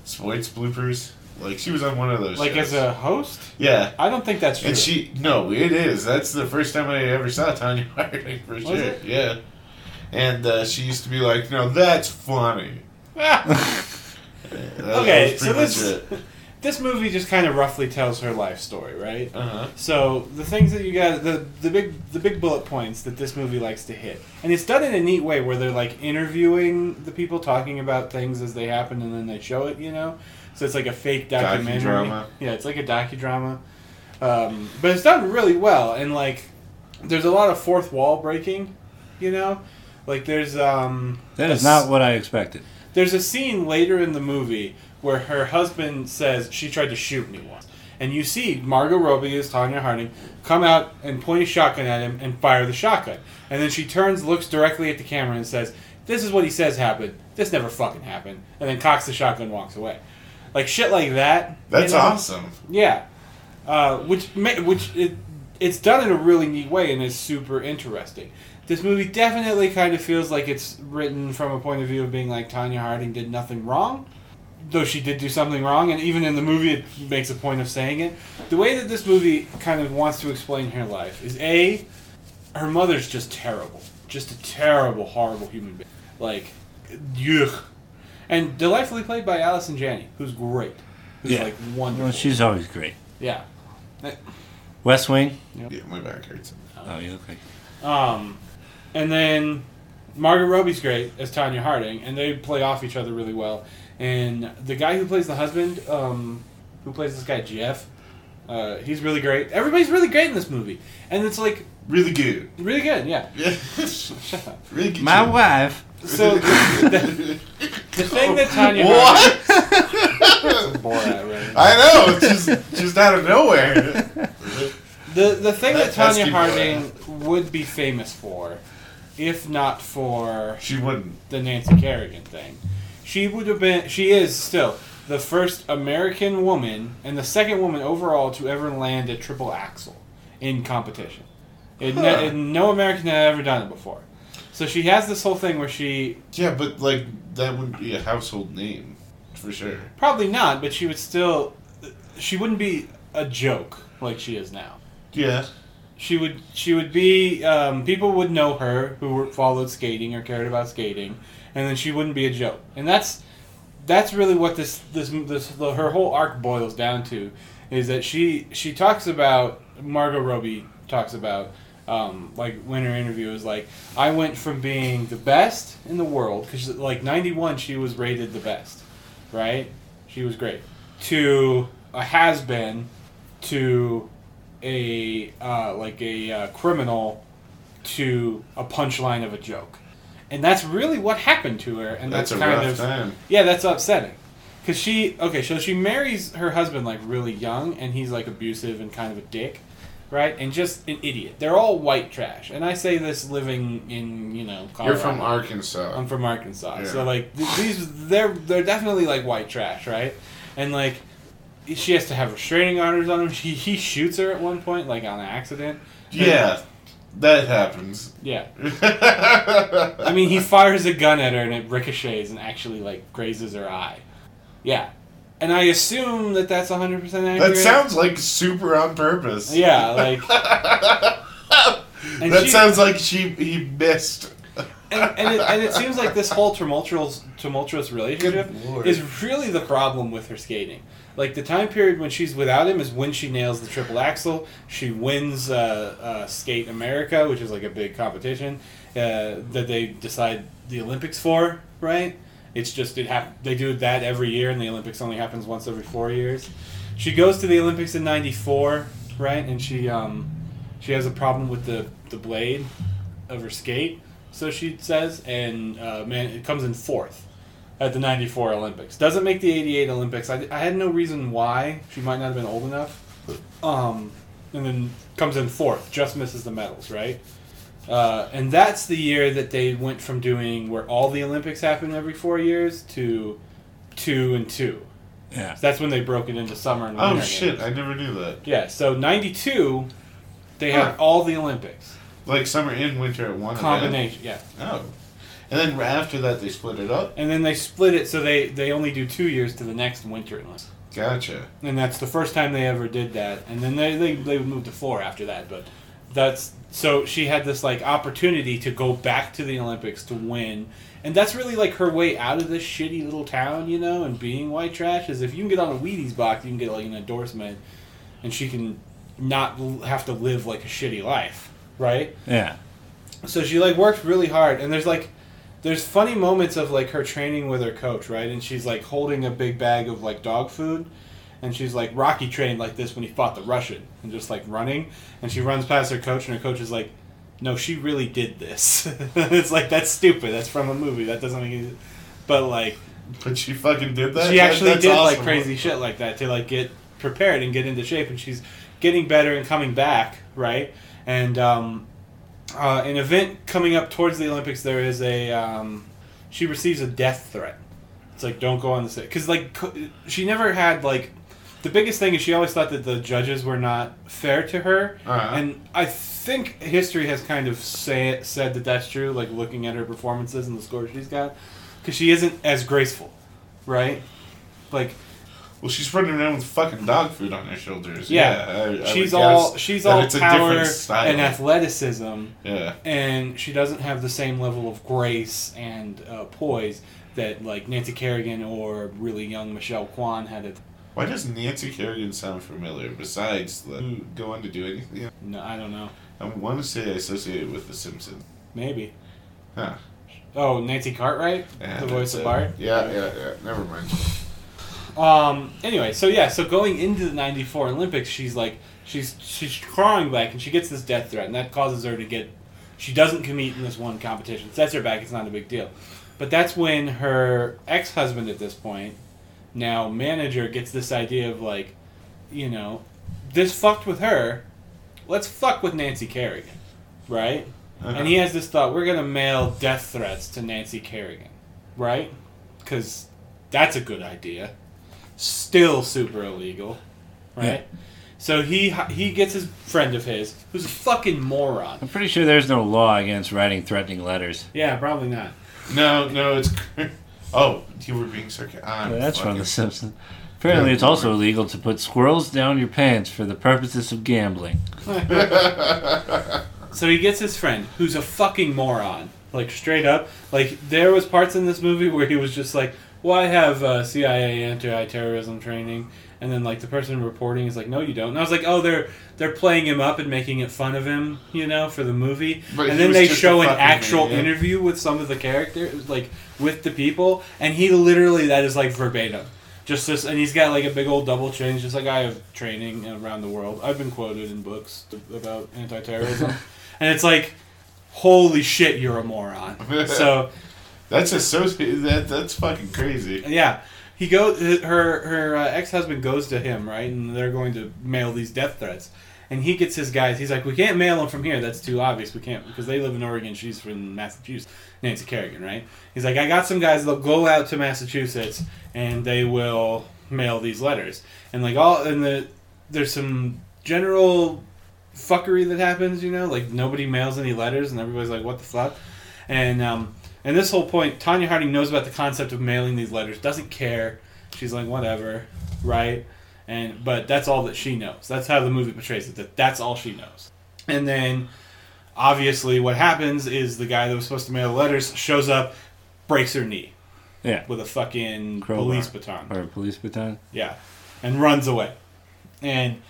Speaker 4: sports bloopers. Like she was on one of those.
Speaker 1: Like
Speaker 4: shows.
Speaker 1: as a host?
Speaker 4: yeah.
Speaker 1: I don't think that's true. (laughs)
Speaker 4: And she no, it is. That's the first time I ever saw Tanya (laughs) Harding for sure.
Speaker 1: it?
Speaker 4: Yeah, and uh, she used to be like, "No, that's funny." That-
Speaker 1: okay,
Speaker 4: that was
Speaker 1: so this
Speaker 4: pretty much it.
Speaker 1: (laughs) this movie just kind of roughly tells her life story, right?
Speaker 4: Uh-huh.
Speaker 1: So the things that you guys, the the big the big bullet points that this movie likes to hit, and it's done in a neat way where they're like interviewing the people talking about things as they happen, and then they show it, you know. So it's like a fake documentary.
Speaker 4: Docudrama.
Speaker 1: Yeah, it's like a docudrama, um, but it's done really well, and like there's a lot of fourth wall breaking, you know. Like there's um,
Speaker 2: That is not what I expected.
Speaker 1: there's a scene later in the movie where her husband says she tried to shoot me once. And you see Margot Robbie as Tanya Harding come out and point a shotgun at him and fire the shotgun. And then she turns, looks directly at the camera, and says, This is what he says happened. This never fucking happened. And then cocks the shotgun and walks away. Like shit like that.
Speaker 4: That's
Speaker 1: you know?
Speaker 4: awesome.
Speaker 1: Yeah, uh, which ma- which it, it's done in a really neat way and is super interesting. This movie definitely kind of feels like it's written from a point of view of being like Tanya Harding did nothing wrong, though she did do something wrong, and even in the movie it makes a point of saying it. The way that this movie kind of wants to explain her life is a, her mother's just terrible, just a terrible, horrible human being, like, yuck, and delightfully played by Allison Janney, who's great, who's
Speaker 2: Yeah.
Speaker 1: like wonderful.
Speaker 2: Well, she's always great.
Speaker 1: Yeah.
Speaker 2: West Wing.
Speaker 4: Yeah, my back hurts.
Speaker 2: Oh, you look like
Speaker 1: Um, and then Margaret Robbie's great as Tanya Harding, and they play off each other really well. And the guy who plays the husband, um, who plays this guy Jeff, uh, he's really great. Everybody's really great in this movie, and it's like
Speaker 4: Really good. (laughs)
Speaker 1: really good. Yeah.
Speaker 4: Shut up. Really good.
Speaker 2: my
Speaker 4: shit. (laughs)
Speaker 2: wife.
Speaker 1: So the, the thing that Tanya Harding,
Speaker 4: What? (laughs)
Speaker 1: Borat, right?
Speaker 4: I know. It's just just out of nowhere.
Speaker 1: The the thing that,
Speaker 4: That
Speaker 1: Tanya
Speaker 4: pesky
Speaker 1: Harding would be famous for, if not for
Speaker 4: she wouldn't.
Speaker 1: the Nancy Kerrigan thing. She would have been. She is still the first American woman and the second woman overall to ever land a triple axel in competition. It, ne-
Speaker 4: Huh.
Speaker 1: it- no American had ever done it before. So she has this whole thing where she
Speaker 4: Yeah, but like that would be a household name for sure.
Speaker 1: probably not, but she would still. She wouldn't be a joke like she is now.
Speaker 4: Yeah.
Speaker 1: She would. She would be. Um, people would know her who were, followed skating or cared about skating, and then she wouldn't be a joke. And that's that's really what this this this the, her whole arc boils down to, is that she she talks about Margot Robbie talks about. Um, like when her interview is like, I went from being the best in the world because like '91 she was rated the best, right? She was great. To a has been, to a uh, like a uh, criminal to a punchline of a joke, and that's really what happened to her. And that's,
Speaker 4: That's a
Speaker 1: kind
Speaker 4: rough
Speaker 1: of
Speaker 4: time.
Speaker 1: yeah, that's upsetting. Cause she okay, so she marries her husband like really young, and he's like abusive and kind of a dick, right? And just an idiot. They're all white trash. And I say this living in, you know, Colorado.
Speaker 4: You're from Arkansas.
Speaker 1: I'm from Arkansas.
Speaker 4: Yeah.
Speaker 1: So like th- these they're they're definitely like white trash, right? And like she has to have restraining orders on him. She he shoots her at one point like on accident.
Speaker 4: yeah, that happens.
Speaker 1: Yeah. I
Speaker 4: I
Speaker 1: mean, he fires a gun at her and it ricochets and actually like grazes her eye. Yeah. And I assume that that's 100% accurate.
Speaker 4: (laughs) That sounds like super on purpose.
Speaker 1: Yeah,
Speaker 4: (laughs)
Speaker 1: like And
Speaker 4: that
Speaker 1: she-
Speaker 4: sounds like she he missed.
Speaker 1: and, and, it, and it seems like this whole tumultuous tumultuous relationship
Speaker 4: Good lord.
Speaker 1: is really the problem with her skating. Like the time period when she's without him is when she nails the triple axel. She wins uh, uh, Skate America, which is like a big competition uh, that they decide the Olympics for. Right? It's just it hap- they do that every year, and the Olympics only happens once every four years. She goes to the Olympics in '94, right? And she um, she has a problem with the the blade of her skate, so she says, and uh, man, it comes in fourth at the 94 Olympics. Doesn't make the 88 Olympics. I, I had no reason why. She might not have been old enough. Um, and then comes in fourth, just misses the medals, right? Uh, and that's the year that they went from doing where all the Olympics happen every four years to two and two.
Speaker 2: Yeah.
Speaker 1: So that's when they broke it into summer and winter.
Speaker 4: Oh
Speaker 1: games.
Speaker 4: shit! I never knew that.
Speaker 1: Yeah, so 92, they
Speaker 4: Huh.
Speaker 1: had all the Olympics.
Speaker 4: Like summer and winter at one event.
Speaker 1: Combination, yeah.
Speaker 4: Oh, and then after that they split it up.
Speaker 1: And then they split it so they, they only do two years to the next winter unless.
Speaker 4: Gotcha.
Speaker 1: And that's the first time they ever did that. And then they, they, they moved to four after that. But that's so she had this like opportunity to go back to the Olympics to win. And that's really like her way out of this shitty little town, you know, and being white trash is if you can get on a Wheaties box, you can get like an endorsement and she can not l- have to live like a shitty life, right?
Speaker 2: Yeah.
Speaker 1: so she like worked really hard and there's like there's funny moments of like her training with her coach right and she's like holding a big bag of like dog food and she's like rocky trained like this when he fought the russian and just like running and she runs past her coach and her coach is like no she really did this (laughs) it's like that's stupid that's from a movie that doesn't make any but like
Speaker 4: But she fucking did that.
Speaker 1: she
Speaker 4: That-
Speaker 1: actually
Speaker 4: that's
Speaker 1: did like
Speaker 4: awesome.
Speaker 1: crazy shit like that to like get prepared and get into shape, and she's getting better and coming back, right? And um, uh, an event coming up towards the Olympics, there is a um, she receives a death threat. It's like don't go on the set because like co- she never had like the biggest thing is she always thought that the judges were not fair to her,
Speaker 4: Uh-huh.
Speaker 1: and I think history has kind of say, said that that's true. Like looking at her performances and the scores she's got, because she isn't as graceful, right? Like
Speaker 4: Well, she's running around with fucking dog food on her shoulders.
Speaker 1: Yeah.
Speaker 4: Yeah, I- I
Speaker 1: she's
Speaker 4: would
Speaker 1: all
Speaker 4: guess
Speaker 1: she's
Speaker 4: that
Speaker 1: all
Speaker 4: it's a
Speaker 1: power
Speaker 4: different style.
Speaker 1: and athleticism,
Speaker 4: yeah,
Speaker 1: and she doesn't have the same level of grace and uh, poise that like Nancy Kerrigan or really young Michelle Kwan had. At
Speaker 4: why does Nancy Kerrigan sound familiar? Besides, the, who go on to do anything?
Speaker 1: no, I don't know,
Speaker 4: I want to say I associate it with The Simpsons.
Speaker 1: maybe.
Speaker 4: Huh.
Speaker 1: Oh, Nancy Cartwright,
Speaker 4: Yeah,
Speaker 1: the voice
Speaker 4: that's
Speaker 1: of
Speaker 4: it.
Speaker 1: Bart.
Speaker 4: Yeah, yeah, yeah. Never mind.
Speaker 1: Um. Anyway, so yeah, so going into the '94 Olympics, she's like, she's she's crawling back, and she gets this death threat, and that causes her to get. She doesn't compete in this one competition. Sets her back. It's not a big deal, but that's when her ex-husband at this point, now manager, gets this idea of like, you know, this fucked with her. Let's fuck with Nancy Kerrigan, right?
Speaker 4: Uh-huh.
Speaker 1: And he has this thought: we're gonna mail death threats to Nancy Kerrigan, right? Because that's a good idea still super illegal, right? So he he gets his friend of his, who's a fucking moron.
Speaker 2: I'm pretty sure there's no law against writing threatening letters.
Speaker 1: Yeah, probably not.
Speaker 4: No, no, it's. Oh, you were being sarcastic. Ah,
Speaker 2: Yeah, that's from
Speaker 4: fucking,
Speaker 2: The Simpsons. Apparently,
Speaker 4: Yeah.
Speaker 2: it's also illegal to put squirrels down your pants for the purposes of gambling.
Speaker 1: So he gets his friend, who's a fucking moron, like straight up. Like there was parts in this movie where he was just like, "Well, I have uh, CIA anti-terrorism training," and then like the person reporting is like, "No, you don't." And I was like, "Oh, they're they're playing him up and making it fun of him, you know, for the movie."
Speaker 4: But he
Speaker 1: and then
Speaker 4: was
Speaker 1: they
Speaker 4: just
Speaker 1: show
Speaker 4: a
Speaker 1: an
Speaker 4: fucking
Speaker 1: actual
Speaker 4: idiot.
Speaker 1: interview with some of the characters, like with the people, and he literally that is like verbatim. Just this, and he's got like a big old double chin, just like I have training around the world. I've been quoted in books t- about
Speaker 4: (laughs)
Speaker 1: anti-terrorism, and it's like, holy shit, you're a moron. So
Speaker 4: That's associated. That that's fucking crazy.
Speaker 1: yeah, he goes. Her her uh, ex husband goes to him, right, and they're going to mail these death threats, and he gets his guys. He's like, we can't mail them from here. That's too obvious. We can't because they live in Oregon. She's from Massachusetts. Nancy Kerrigan, right? He's like, I got some guys. They'll go out to Massachusetts and they will mail these letters. And like all and the there's some general fuckery that happens. You know, like nobody mails any letters, and everybody's like, what the fuck? And um, and this whole point, Tanya Harding knows about the concept of mailing these letters. Doesn't care. She's like, whatever, right? And but that's all that she knows. That's how the movie portrays it. That that's all she knows. And then, obviously, what happens is the guy that was supposed to mail the letters shows up, breaks her knee
Speaker 2: Yeah.
Speaker 1: with a fucking
Speaker 2: Crowbar.
Speaker 1: police baton.
Speaker 2: Or a police baton.
Speaker 1: Yeah, and runs away. And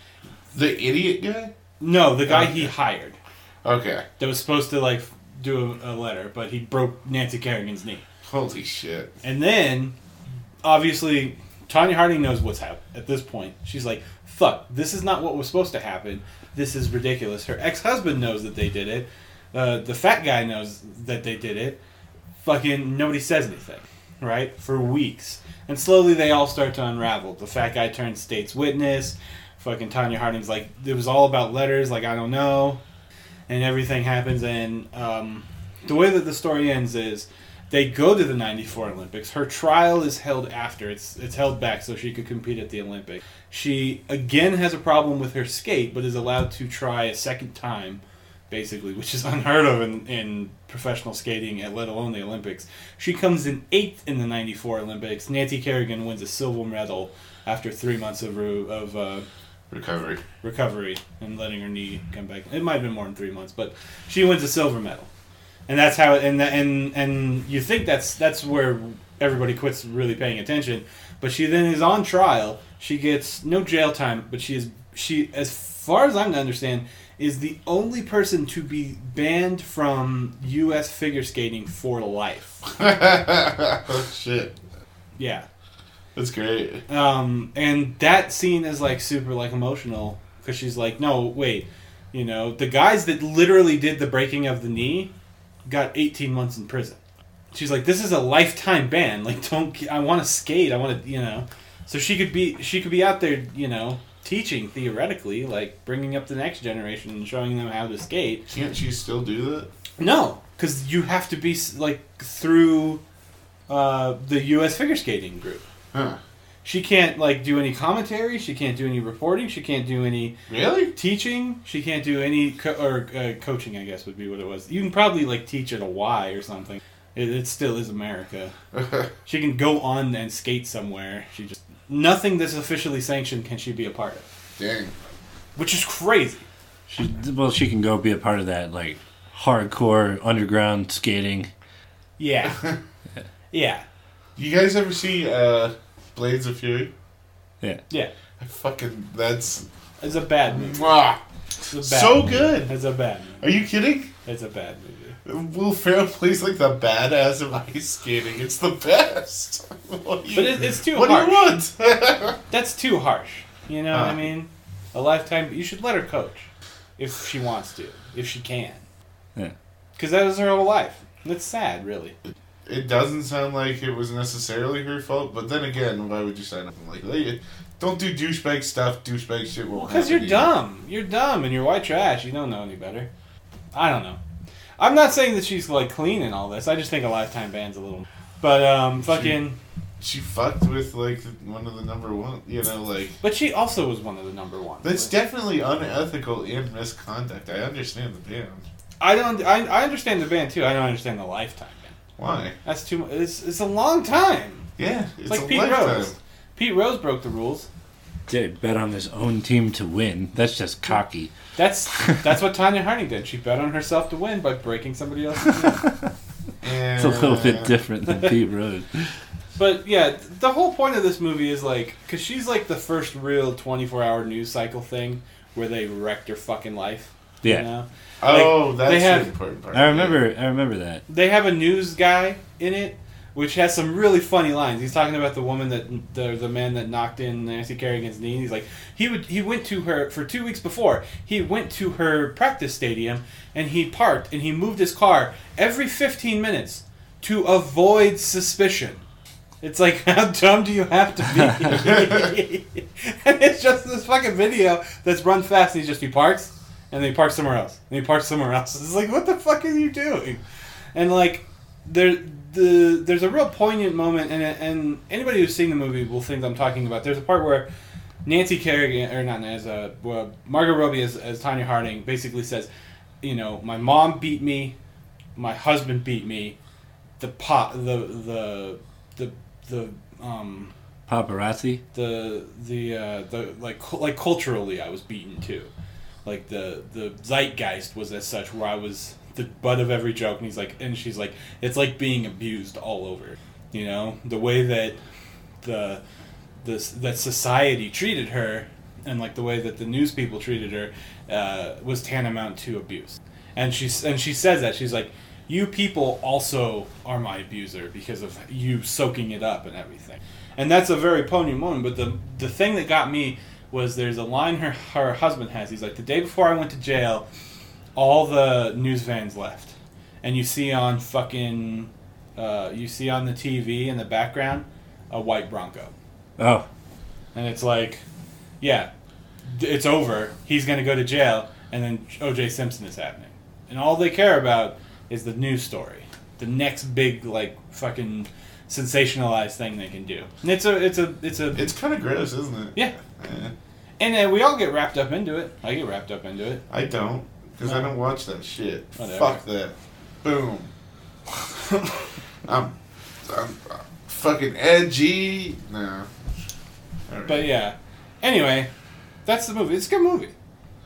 Speaker 4: The idiot guy?
Speaker 1: no, the guy he hired
Speaker 4: Okay.
Speaker 1: that was supposed to like do a, a letter, but he broke Nancy Kerrigan's knee.
Speaker 4: Holy shit.
Speaker 1: And then, obviously, Tanya Harding knows what's happened at this point. She's like, fuck, this is not what was supposed to happen. This is ridiculous. Her ex husband knows that they did it. Uh, the fat guy knows that they did it. Fucking nobody says anything, right? For weeks. And slowly they all start to unravel. The fat guy turns state's witness. Fucking Tanya Harding's like, it was all about letters. Like, I don't know. And everything happens. And um, the way that the story ends is they go to the 94 Olympics. Her trial is held after. It's it's held back so she could compete at the Olympics. She again has a problem with her skate but is allowed to try a second time basically, which is (laughs) unheard of in, in professional skating and let alone the Olympics. She comes in 8th in the 94 Olympics. Nancy Kerrigan wins a silver medal after 3 months of ru- of uh,
Speaker 4: Recovery. (laughs)
Speaker 1: recovery and letting her knee come back. It might have been more than three months, but she wins a silver medal, and that's how. And that, and and you think that's that's where everybody quits really paying attention. But she then is on trial. She gets no jail time, but she is she as far as I'm to understand is the only person to be banned from U.S. figure skating for life.
Speaker 4: oh shit.
Speaker 1: Yeah.
Speaker 4: That's great.
Speaker 1: Um, and that scene is like super like emotional because she's like, no, wait, you know, the guys that literally did the breaking of the knee got 18 months in prison. She's like, this is a lifetime ban. (laughs) Like, don't ki- I want to skate? I want to, you know. So she could be she could be out there, you know, teaching theoretically, like bringing up the next generation and showing them how to skate.
Speaker 4: Can't you still do that?
Speaker 1: No, because you have to be s- like through uh, the U.S. figure skating group.
Speaker 4: Huh.
Speaker 1: She can't like do any commentary. She can't do any reporting. She can't do any (laughs)
Speaker 4: Really?
Speaker 1: teaching. She can't do any co- or uh, coaching. I guess would be what it was. You can probably like teach at a Y or something. It, it still is America. She can go on and skate somewhere. She just nothing that's officially sanctioned can she be a part of,
Speaker 4: Dang.
Speaker 1: which is crazy.
Speaker 2: She, well, she can go be a part of that, like, hardcore underground skating.
Speaker 1: Yeah, yeah,
Speaker 4: You guys ever see uh Blades of Fury?
Speaker 2: Yeah.
Speaker 1: yeah.
Speaker 4: I fucking that's
Speaker 1: It's a bad movie.
Speaker 4: Mwah.
Speaker 1: It's a bad
Speaker 4: so
Speaker 1: movie.
Speaker 4: good.
Speaker 1: It's a bad movie.
Speaker 4: Are you kidding?
Speaker 1: It's a bad movie.
Speaker 4: Will Ferrell plays like the badass of ice skating. It's the best. (laughs) What do you-
Speaker 1: But it, it's too
Speaker 4: what
Speaker 1: harsh.
Speaker 4: do you want? (laughs)
Speaker 1: that's too harsh. You know what I
Speaker 4: Uh.
Speaker 1: mean? A lifetime. You should let her coach if she wants to, if she can.
Speaker 2: Yeah.
Speaker 1: Because that was her whole life. That's sad, really.
Speaker 4: it doesn't sound like it was necessarily her fault, but then again, why would you sign up and like, like, don't do douchebag stuff, douchebag shit won't
Speaker 1: Because
Speaker 4: happen
Speaker 1: you're
Speaker 4: to you.
Speaker 1: dumb. You're dumb and you're white trash. You don't know any better. I don't know. I'm not saying that she's like clean in all this. I just think a lifetime ban's a little. But um, fucking.
Speaker 4: She fucked with like one of the number one, you know, like
Speaker 1: But she also was one of the number ones.
Speaker 4: that's definitely unethical and misconduct. I understand the ban.
Speaker 1: I don't. I, I understand the ban too. I don't understand the lifetime ban.
Speaker 4: Why?
Speaker 1: That's too. mu- It's it's a long time.
Speaker 4: Yeah, it's
Speaker 1: It's like
Speaker 4: a
Speaker 1: Pete
Speaker 4: lifetime.
Speaker 1: Rose. Pete Rose broke the rules.
Speaker 2: Did bet on his own team to win. That's just (laughs) cocky.
Speaker 1: That's that's what Tanya Harding did. She bet on herself to win by breaking somebody else's. knee.
Speaker 2: It's a little bit
Speaker 4: And-
Speaker 2: different than Pete Rose.
Speaker 1: but yeah, th- the whole point of this movie is like, cause she's like the first real twenty four hour news cycle thing where they wrecked her fucking life. you
Speaker 2: Yeah.
Speaker 1: know?
Speaker 4: Oh, that's
Speaker 1: they have-
Speaker 4: the important part.
Speaker 2: I remember. I remember that.
Speaker 1: They have a news guy in it, which has some really funny lines. He's talking about the woman that the, the man that knocked in Nancy Kerrigan's knee. He's like, he would he went to her for two weeks before. He went to her practice stadium and he parked and he moved his car every fifteen minutes to avoid suspicion. It's like, (laughs) how dumb do you have to be? and it's just this fucking video that's run fast and he just, he parks, and then he parks somewhere else, and he parks somewhere else. (laughs) It's like, what the fuck are you doing? And like, there, the, there's a real poignant moment, and, and anybody who's seen the movie will think I'm talking about. There's a part where Nancy Kerrigan, or not, as uh, well, Margot Robbie as, as Tanya Harding basically says, you know, my mom beat me, my husband beat me, the pot, the the the the um
Speaker 2: Paparazzi.
Speaker 1: the the uh, the like cu- like culturally I was beaten too, like the the zeitgeist was as such where I was the butt of every joke and he's like and she's like it's like being abused all over, you know the way that the this that society treated her and like the way that the news people treated her uh, was tantamount to abuse and she and she says that she's like you people also are my abuser because of you soaking it up and everything and that's a very poignant moment but the the thing that got me was there's a line her her husband has he's like the day before i went to jail all the news vans left and you see on fucking uh, you see on the tv in the background a white bronco
Speaker 2: Oh,
Speaker 1: and it's like, yeah, d- it's over. He's going to go to jail, and then O.J. Simpson is happening, and all they care about is the news story, the next big like fucking sensationalized thing they can do. And it's a, it's a, it's a,
Speaker 4: It's kind of gross, isn't it?
Speaker 1: yeah.
Speaker 4: Eh,
Speaker 1: And uh, we all get wrapped up into it. I get wrapped up into it.
Speaker 4: I don't, because I
Speaker 1: No.
Speaker 4: don't watch that shit.
Speaker 1: Whatever.
Speaker 4: Fuck that. Boom. I'm, I'm, uh, fucking edgy. No. All right.
Speaker 1: But yeah. Anyway, that's the movie. It's a good movie.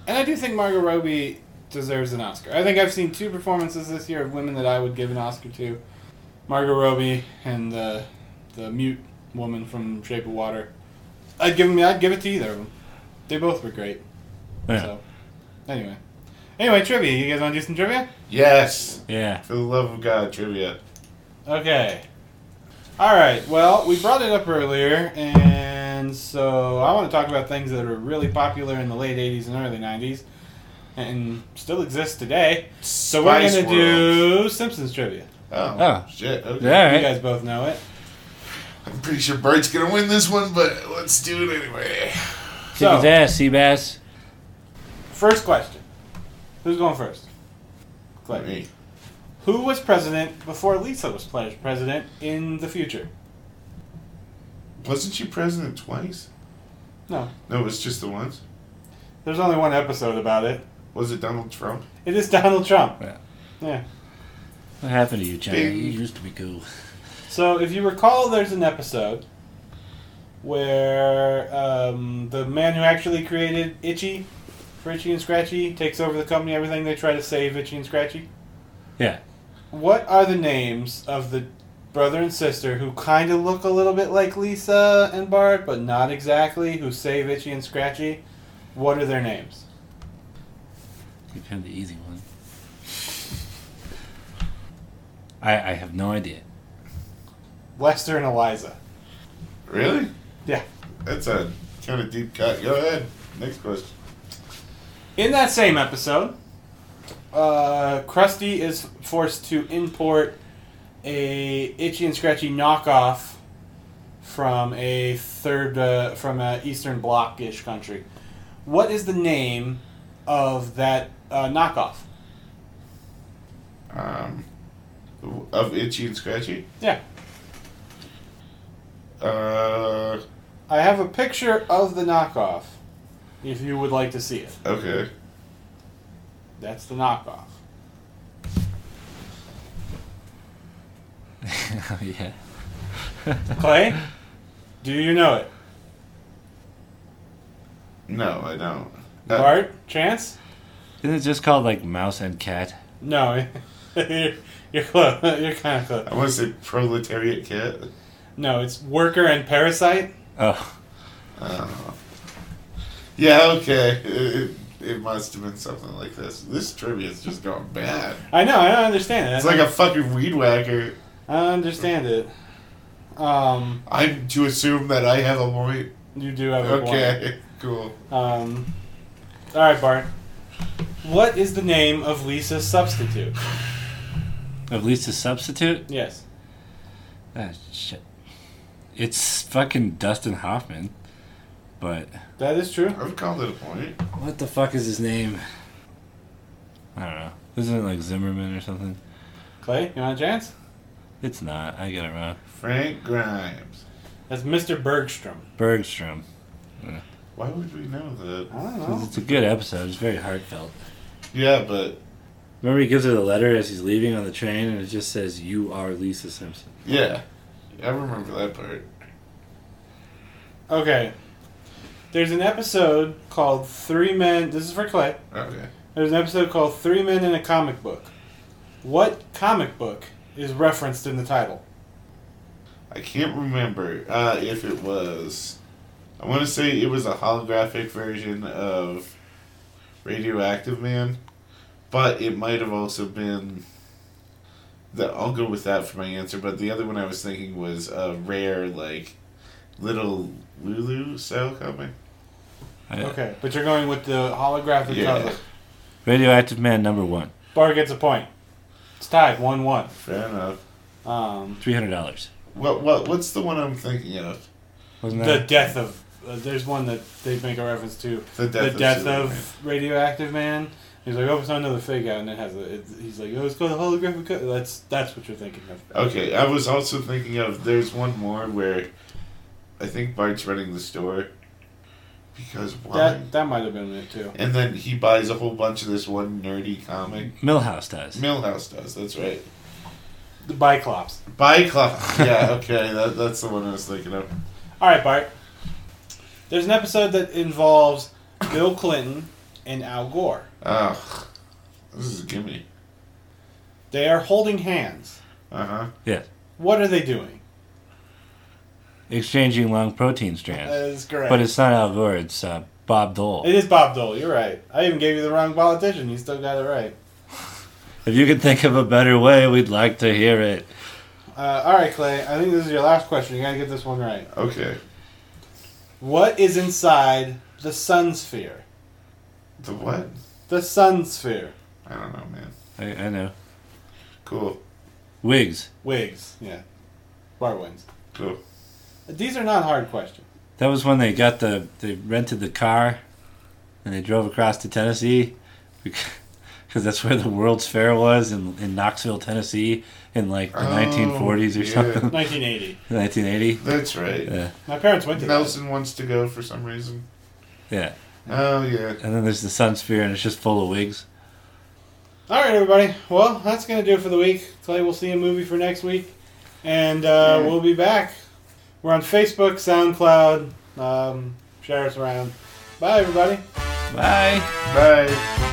Speaker 1: And I do think Margot Robbie deserves an Oscar. I think I've seen two performances this year of women that I would give an Oscar to. Margot Robbie and the the mute woman from Shape of Water. I'd give 'em- I'd give it to either of them. They both were great.
Speaker 2: yeah.
Speaker 1: So anyway. Anyway, trivia. You guys want to do some trivia?
Speaker 4: Yes.
Speaker 2: yeah.
Speaker 4: For the love of God, trivia.
Speaker 1: Okay. All right. Well, we brought it up earlier, and so I want to talk about things that are really popular in the late '80s and early '90s, and still exist today. So we're
Speaker 4: Spice
Speaker 1: gonna
Speaker 4: World.
Speaker 1: do Simpsons trivia.
Speaker 4: Oh,
Speaker 2: Oh.
Speaker 4: shit. Okay.
Speaker 2: Yeah. All
Speaker 1: You
Speaker 2: right.
Speaker 1: guys both know it.
Speaker 4: I'm pretty sure Bart's gonna win this one, but let's do it anyway.
Speaker 2: Kick his
Speaker 1: So-
Speaker 2: ass, Seabass.
Speaker 1: First question. Who's going first? Clay.
Speaker 4: Me.
Speaker 1: Who was president before Lisa was pres- president in the future?
Speaker 4: Wasn't she president twice?
Speaker 1: No,
Speaker 4: No, it was just the once.
Speaker 1: there's only one episode about it.
Speaker 4: Was it Donald Trump?
Speaker 1: It is Donald Trump.
Speaker 2: Yeah.
Speaker 1: Yeah.
Speaker 2: What happened to you, Johnny?
Speaker 4: Bing.
Speaker 2: You used to be cool.
Speaker 1: So, if you recall, there's an episode where um, the man who actually created Itchy for Itchy and Scratchy takes over the company, everything. They try to save Itchy and Scratchy.
Speaker 2: Yeah.
Speaker 1: What are the names of the brother and sister who kind of look a little bit like Lisa and Bart, but not exactly, who save Itchy and Scratchy? What are their names?
Speaker 2: You found the easy one. I I have no idea.
Speaker 1: Lester and Eliza.
Speaker 4: Really?
Speaker 1: Yeah.
Speaker 4: That's a kind of deep cut. Go ahead. Next question.
Speaker 1: In that same episode, uh, Krusty is forced to import a itchy and scratchy knockoff from a third uh, from a Eastern Bloc-ish country. What is the name of that uh, knockoff?
Speaker 4: Um, of itchy and scratchy.
Speaker 1: Yeah,
Speaker 4: Uh,
Speaker 1: I have a picture of the knockoff. If you would like to see it,
Speaker 4: okay.
Speaker 1: that's the knockoff.
Speaker 2: (laughs) yeah.
Speaker 1: Clay, do you know it?
Speaker 4: No, I don't. Uh,
Speaker 1: Bart, Chance?
Speaker 2: Isn't it just called like mouse and cat?
Speaker 1: No, (laughs) you're, you're close. You're kind of close.
Speaker 4: I want to say proletariat cat.
Speaker 1: No, it's worker and parasite.
Speaker 2: Oh,
Speaker 4: Oh. Yeah, okay. It, it, it must have been something like this. This trivia is just going bad.
Speaker 1: I know. I don't understand it.
Speaker 4: It's like a fucking weed whacker.
Speaker 1: I don't understand it. Um,
Speaker 4: I'm to assume that I have a point.
Speaker 1: you do have a
Speaker 4: Okay, (laughs) cool.
Speaker 1: point. Um, all right, Bart. What is the name of Lisa's substitute?
Speaker 2: of Lisa's substitute.
Speaker 1: Yes.
Speaker 2: Ah, shit. It's fucking Dustin Hoffman. But
Speaker 1: That is true.
Speaker 4: I've called it a point.
Speaker 2: what the fuck is his name? I don't know. Isn't it like Zimmerman or something?
Speaker 1: Clay, you want a chance?
Speaker 2: It's not. I got it wrong.
Speaker 4: Frank Grimes.
Speaker 1: That's Mr. Bergstrom.
Speaker 2: Bergstrom.
Speaker 4: Why would we know
Speaker 1: I
Speaker 4: that?
Speaker 1: don't
Speaker 2: 'Cause
Speaker 1: know.
Speaker 2: It's a good episode. It's very heartfelt.
Speaker 4: Yeah, but
Speaker 2: Remember, he gives her the letter as he's leaving on the train, and it just says, "You are Lisa Simpson."
Speaker 4: yeah, I remember that part.
Speaker 1: Okay. There's an episode called Three Men. This is for Clay.
Speaker 4: Okay.
Speaker 1: There's an episode called Three Men in a Comic Book. What comic book is referenced in the title?
Speaker 4: I can't remember uh, if it was. I want to say it was a holographic version of Radioactive Man, but it might have also been. That I'll go with that for my answer. But the other one I was thinking was a rare like little Lulu cell comic.
Speaker 2: I-
Speaker 1: Okay, but you're going with the holographic
Speaker 4: Yeah.
Speaker 1: cover.
Speaker 2: Radioactive Man number one.
Speaker 1: Bar gets a point. It's tied, one one.
Speaker 4: Fair enough.
Speaker 1: Um,
Speaker 2: Three hundred dollars.
Speaker 4: What what what's the one I'm thinking of?
Speaker 2: Wasn't
Speaker 1: the
Speaker 2: that?
Speaker 1: death of uh, there's one that they make a reference to
Speaker 4: The
Speaker 1: the death
Speaker 4: Superman.
Speaker 1: of radioactive man. He's like, oh, it's not another fake out, and it has a. It, he's like, oh, it's called a holographic. Co-. That's that's what you're thinking of.
Speaker 4: Okay, I was also thinking of there's one more where I think Bart's running the store because why?
Speaker 1: That that might have been it too.
Speaker 4: and then he buys a whole bunch of this one nerdy comic.
Speaker 2: Millhouse does.
Speaker 4: Millhouse does, that's right.
Speaker 1: The Biclops.
Speaker 2: (laughs)
Speaker 4: Biclops. yeah, okay, that, that's the one I was thinking of.
Speaker 1: All right, Bart. There's an episode that involves Bill Clinton and Al Gore.
Speaker 4: Oh, this is a gimme.
Speaker 1: They are holding hands.
Speaker 4: Uh huh.
Speaker 2: Yes.
Speaker 1: What are they doing?
Speaker 2: Exchanging long protein strands.
Speaker 4: Uh,
Speaker 1: That is correct.
Speaker 2: But it's not Al Gore. It's uh, Bob Dole.
Speaker 1: It is Bob Dole. You're right. I even gave you the wrong politician. You still got it right.
Speaker 2: if you could think of a better way, we'd like to hear it.
Speaker 1: Uh, all right, Clay. I think this is your last question. You gotta get this one right.
Speaker 4: Okay,
Speaker 1: What is inside the sun sphere?
Speaker 4: the what?
Speaker 1: The sun sphere.
Speaker 4: I don't know, man.
Speaker 2: I, I know.
Speaker 4: Cool,
Speaker 2: Wigs.
Speaker 1: Wigs. Yeah. Bart wins.
Speaker 4: cool.
Speaker 1: These are not hard questions.
Speaker 2: That was when they got the they rented the car, and they drove across to Tennessee, (laughs) because that's where the World's Fair was in in Knoxville, Tennessee, in like the
Speaker 4: Oh,
Speaker 2: 1940s or
Speaker 4: yeah.
Speaker 2: something, (laughs)
Speaker 1: 1980.
Speaker 2: 1980.
Speaker 4: That's right.
Speaker 2: Yeah,
Speaker 1: My parents went to that.
Speaker 4: Nelson wants to go for some reason.
Speaker 2: yeah.
Speaker 4: Oh, yeah.
Speaker 2: And then there's the Sun Sphere, and it's just full of wigs.
Speaker 1: All right, everybody. Well, that's gonna do it for the week. Clay, we'll see a movie for next week, and uh,
Speaker 4: Yeah.
Speaker 1: we'll be back. We're on Facebook, SoundCloud. Um, share us around. Bye, everybody.
Speaker 2: Bye.
Speaker 4: Bye.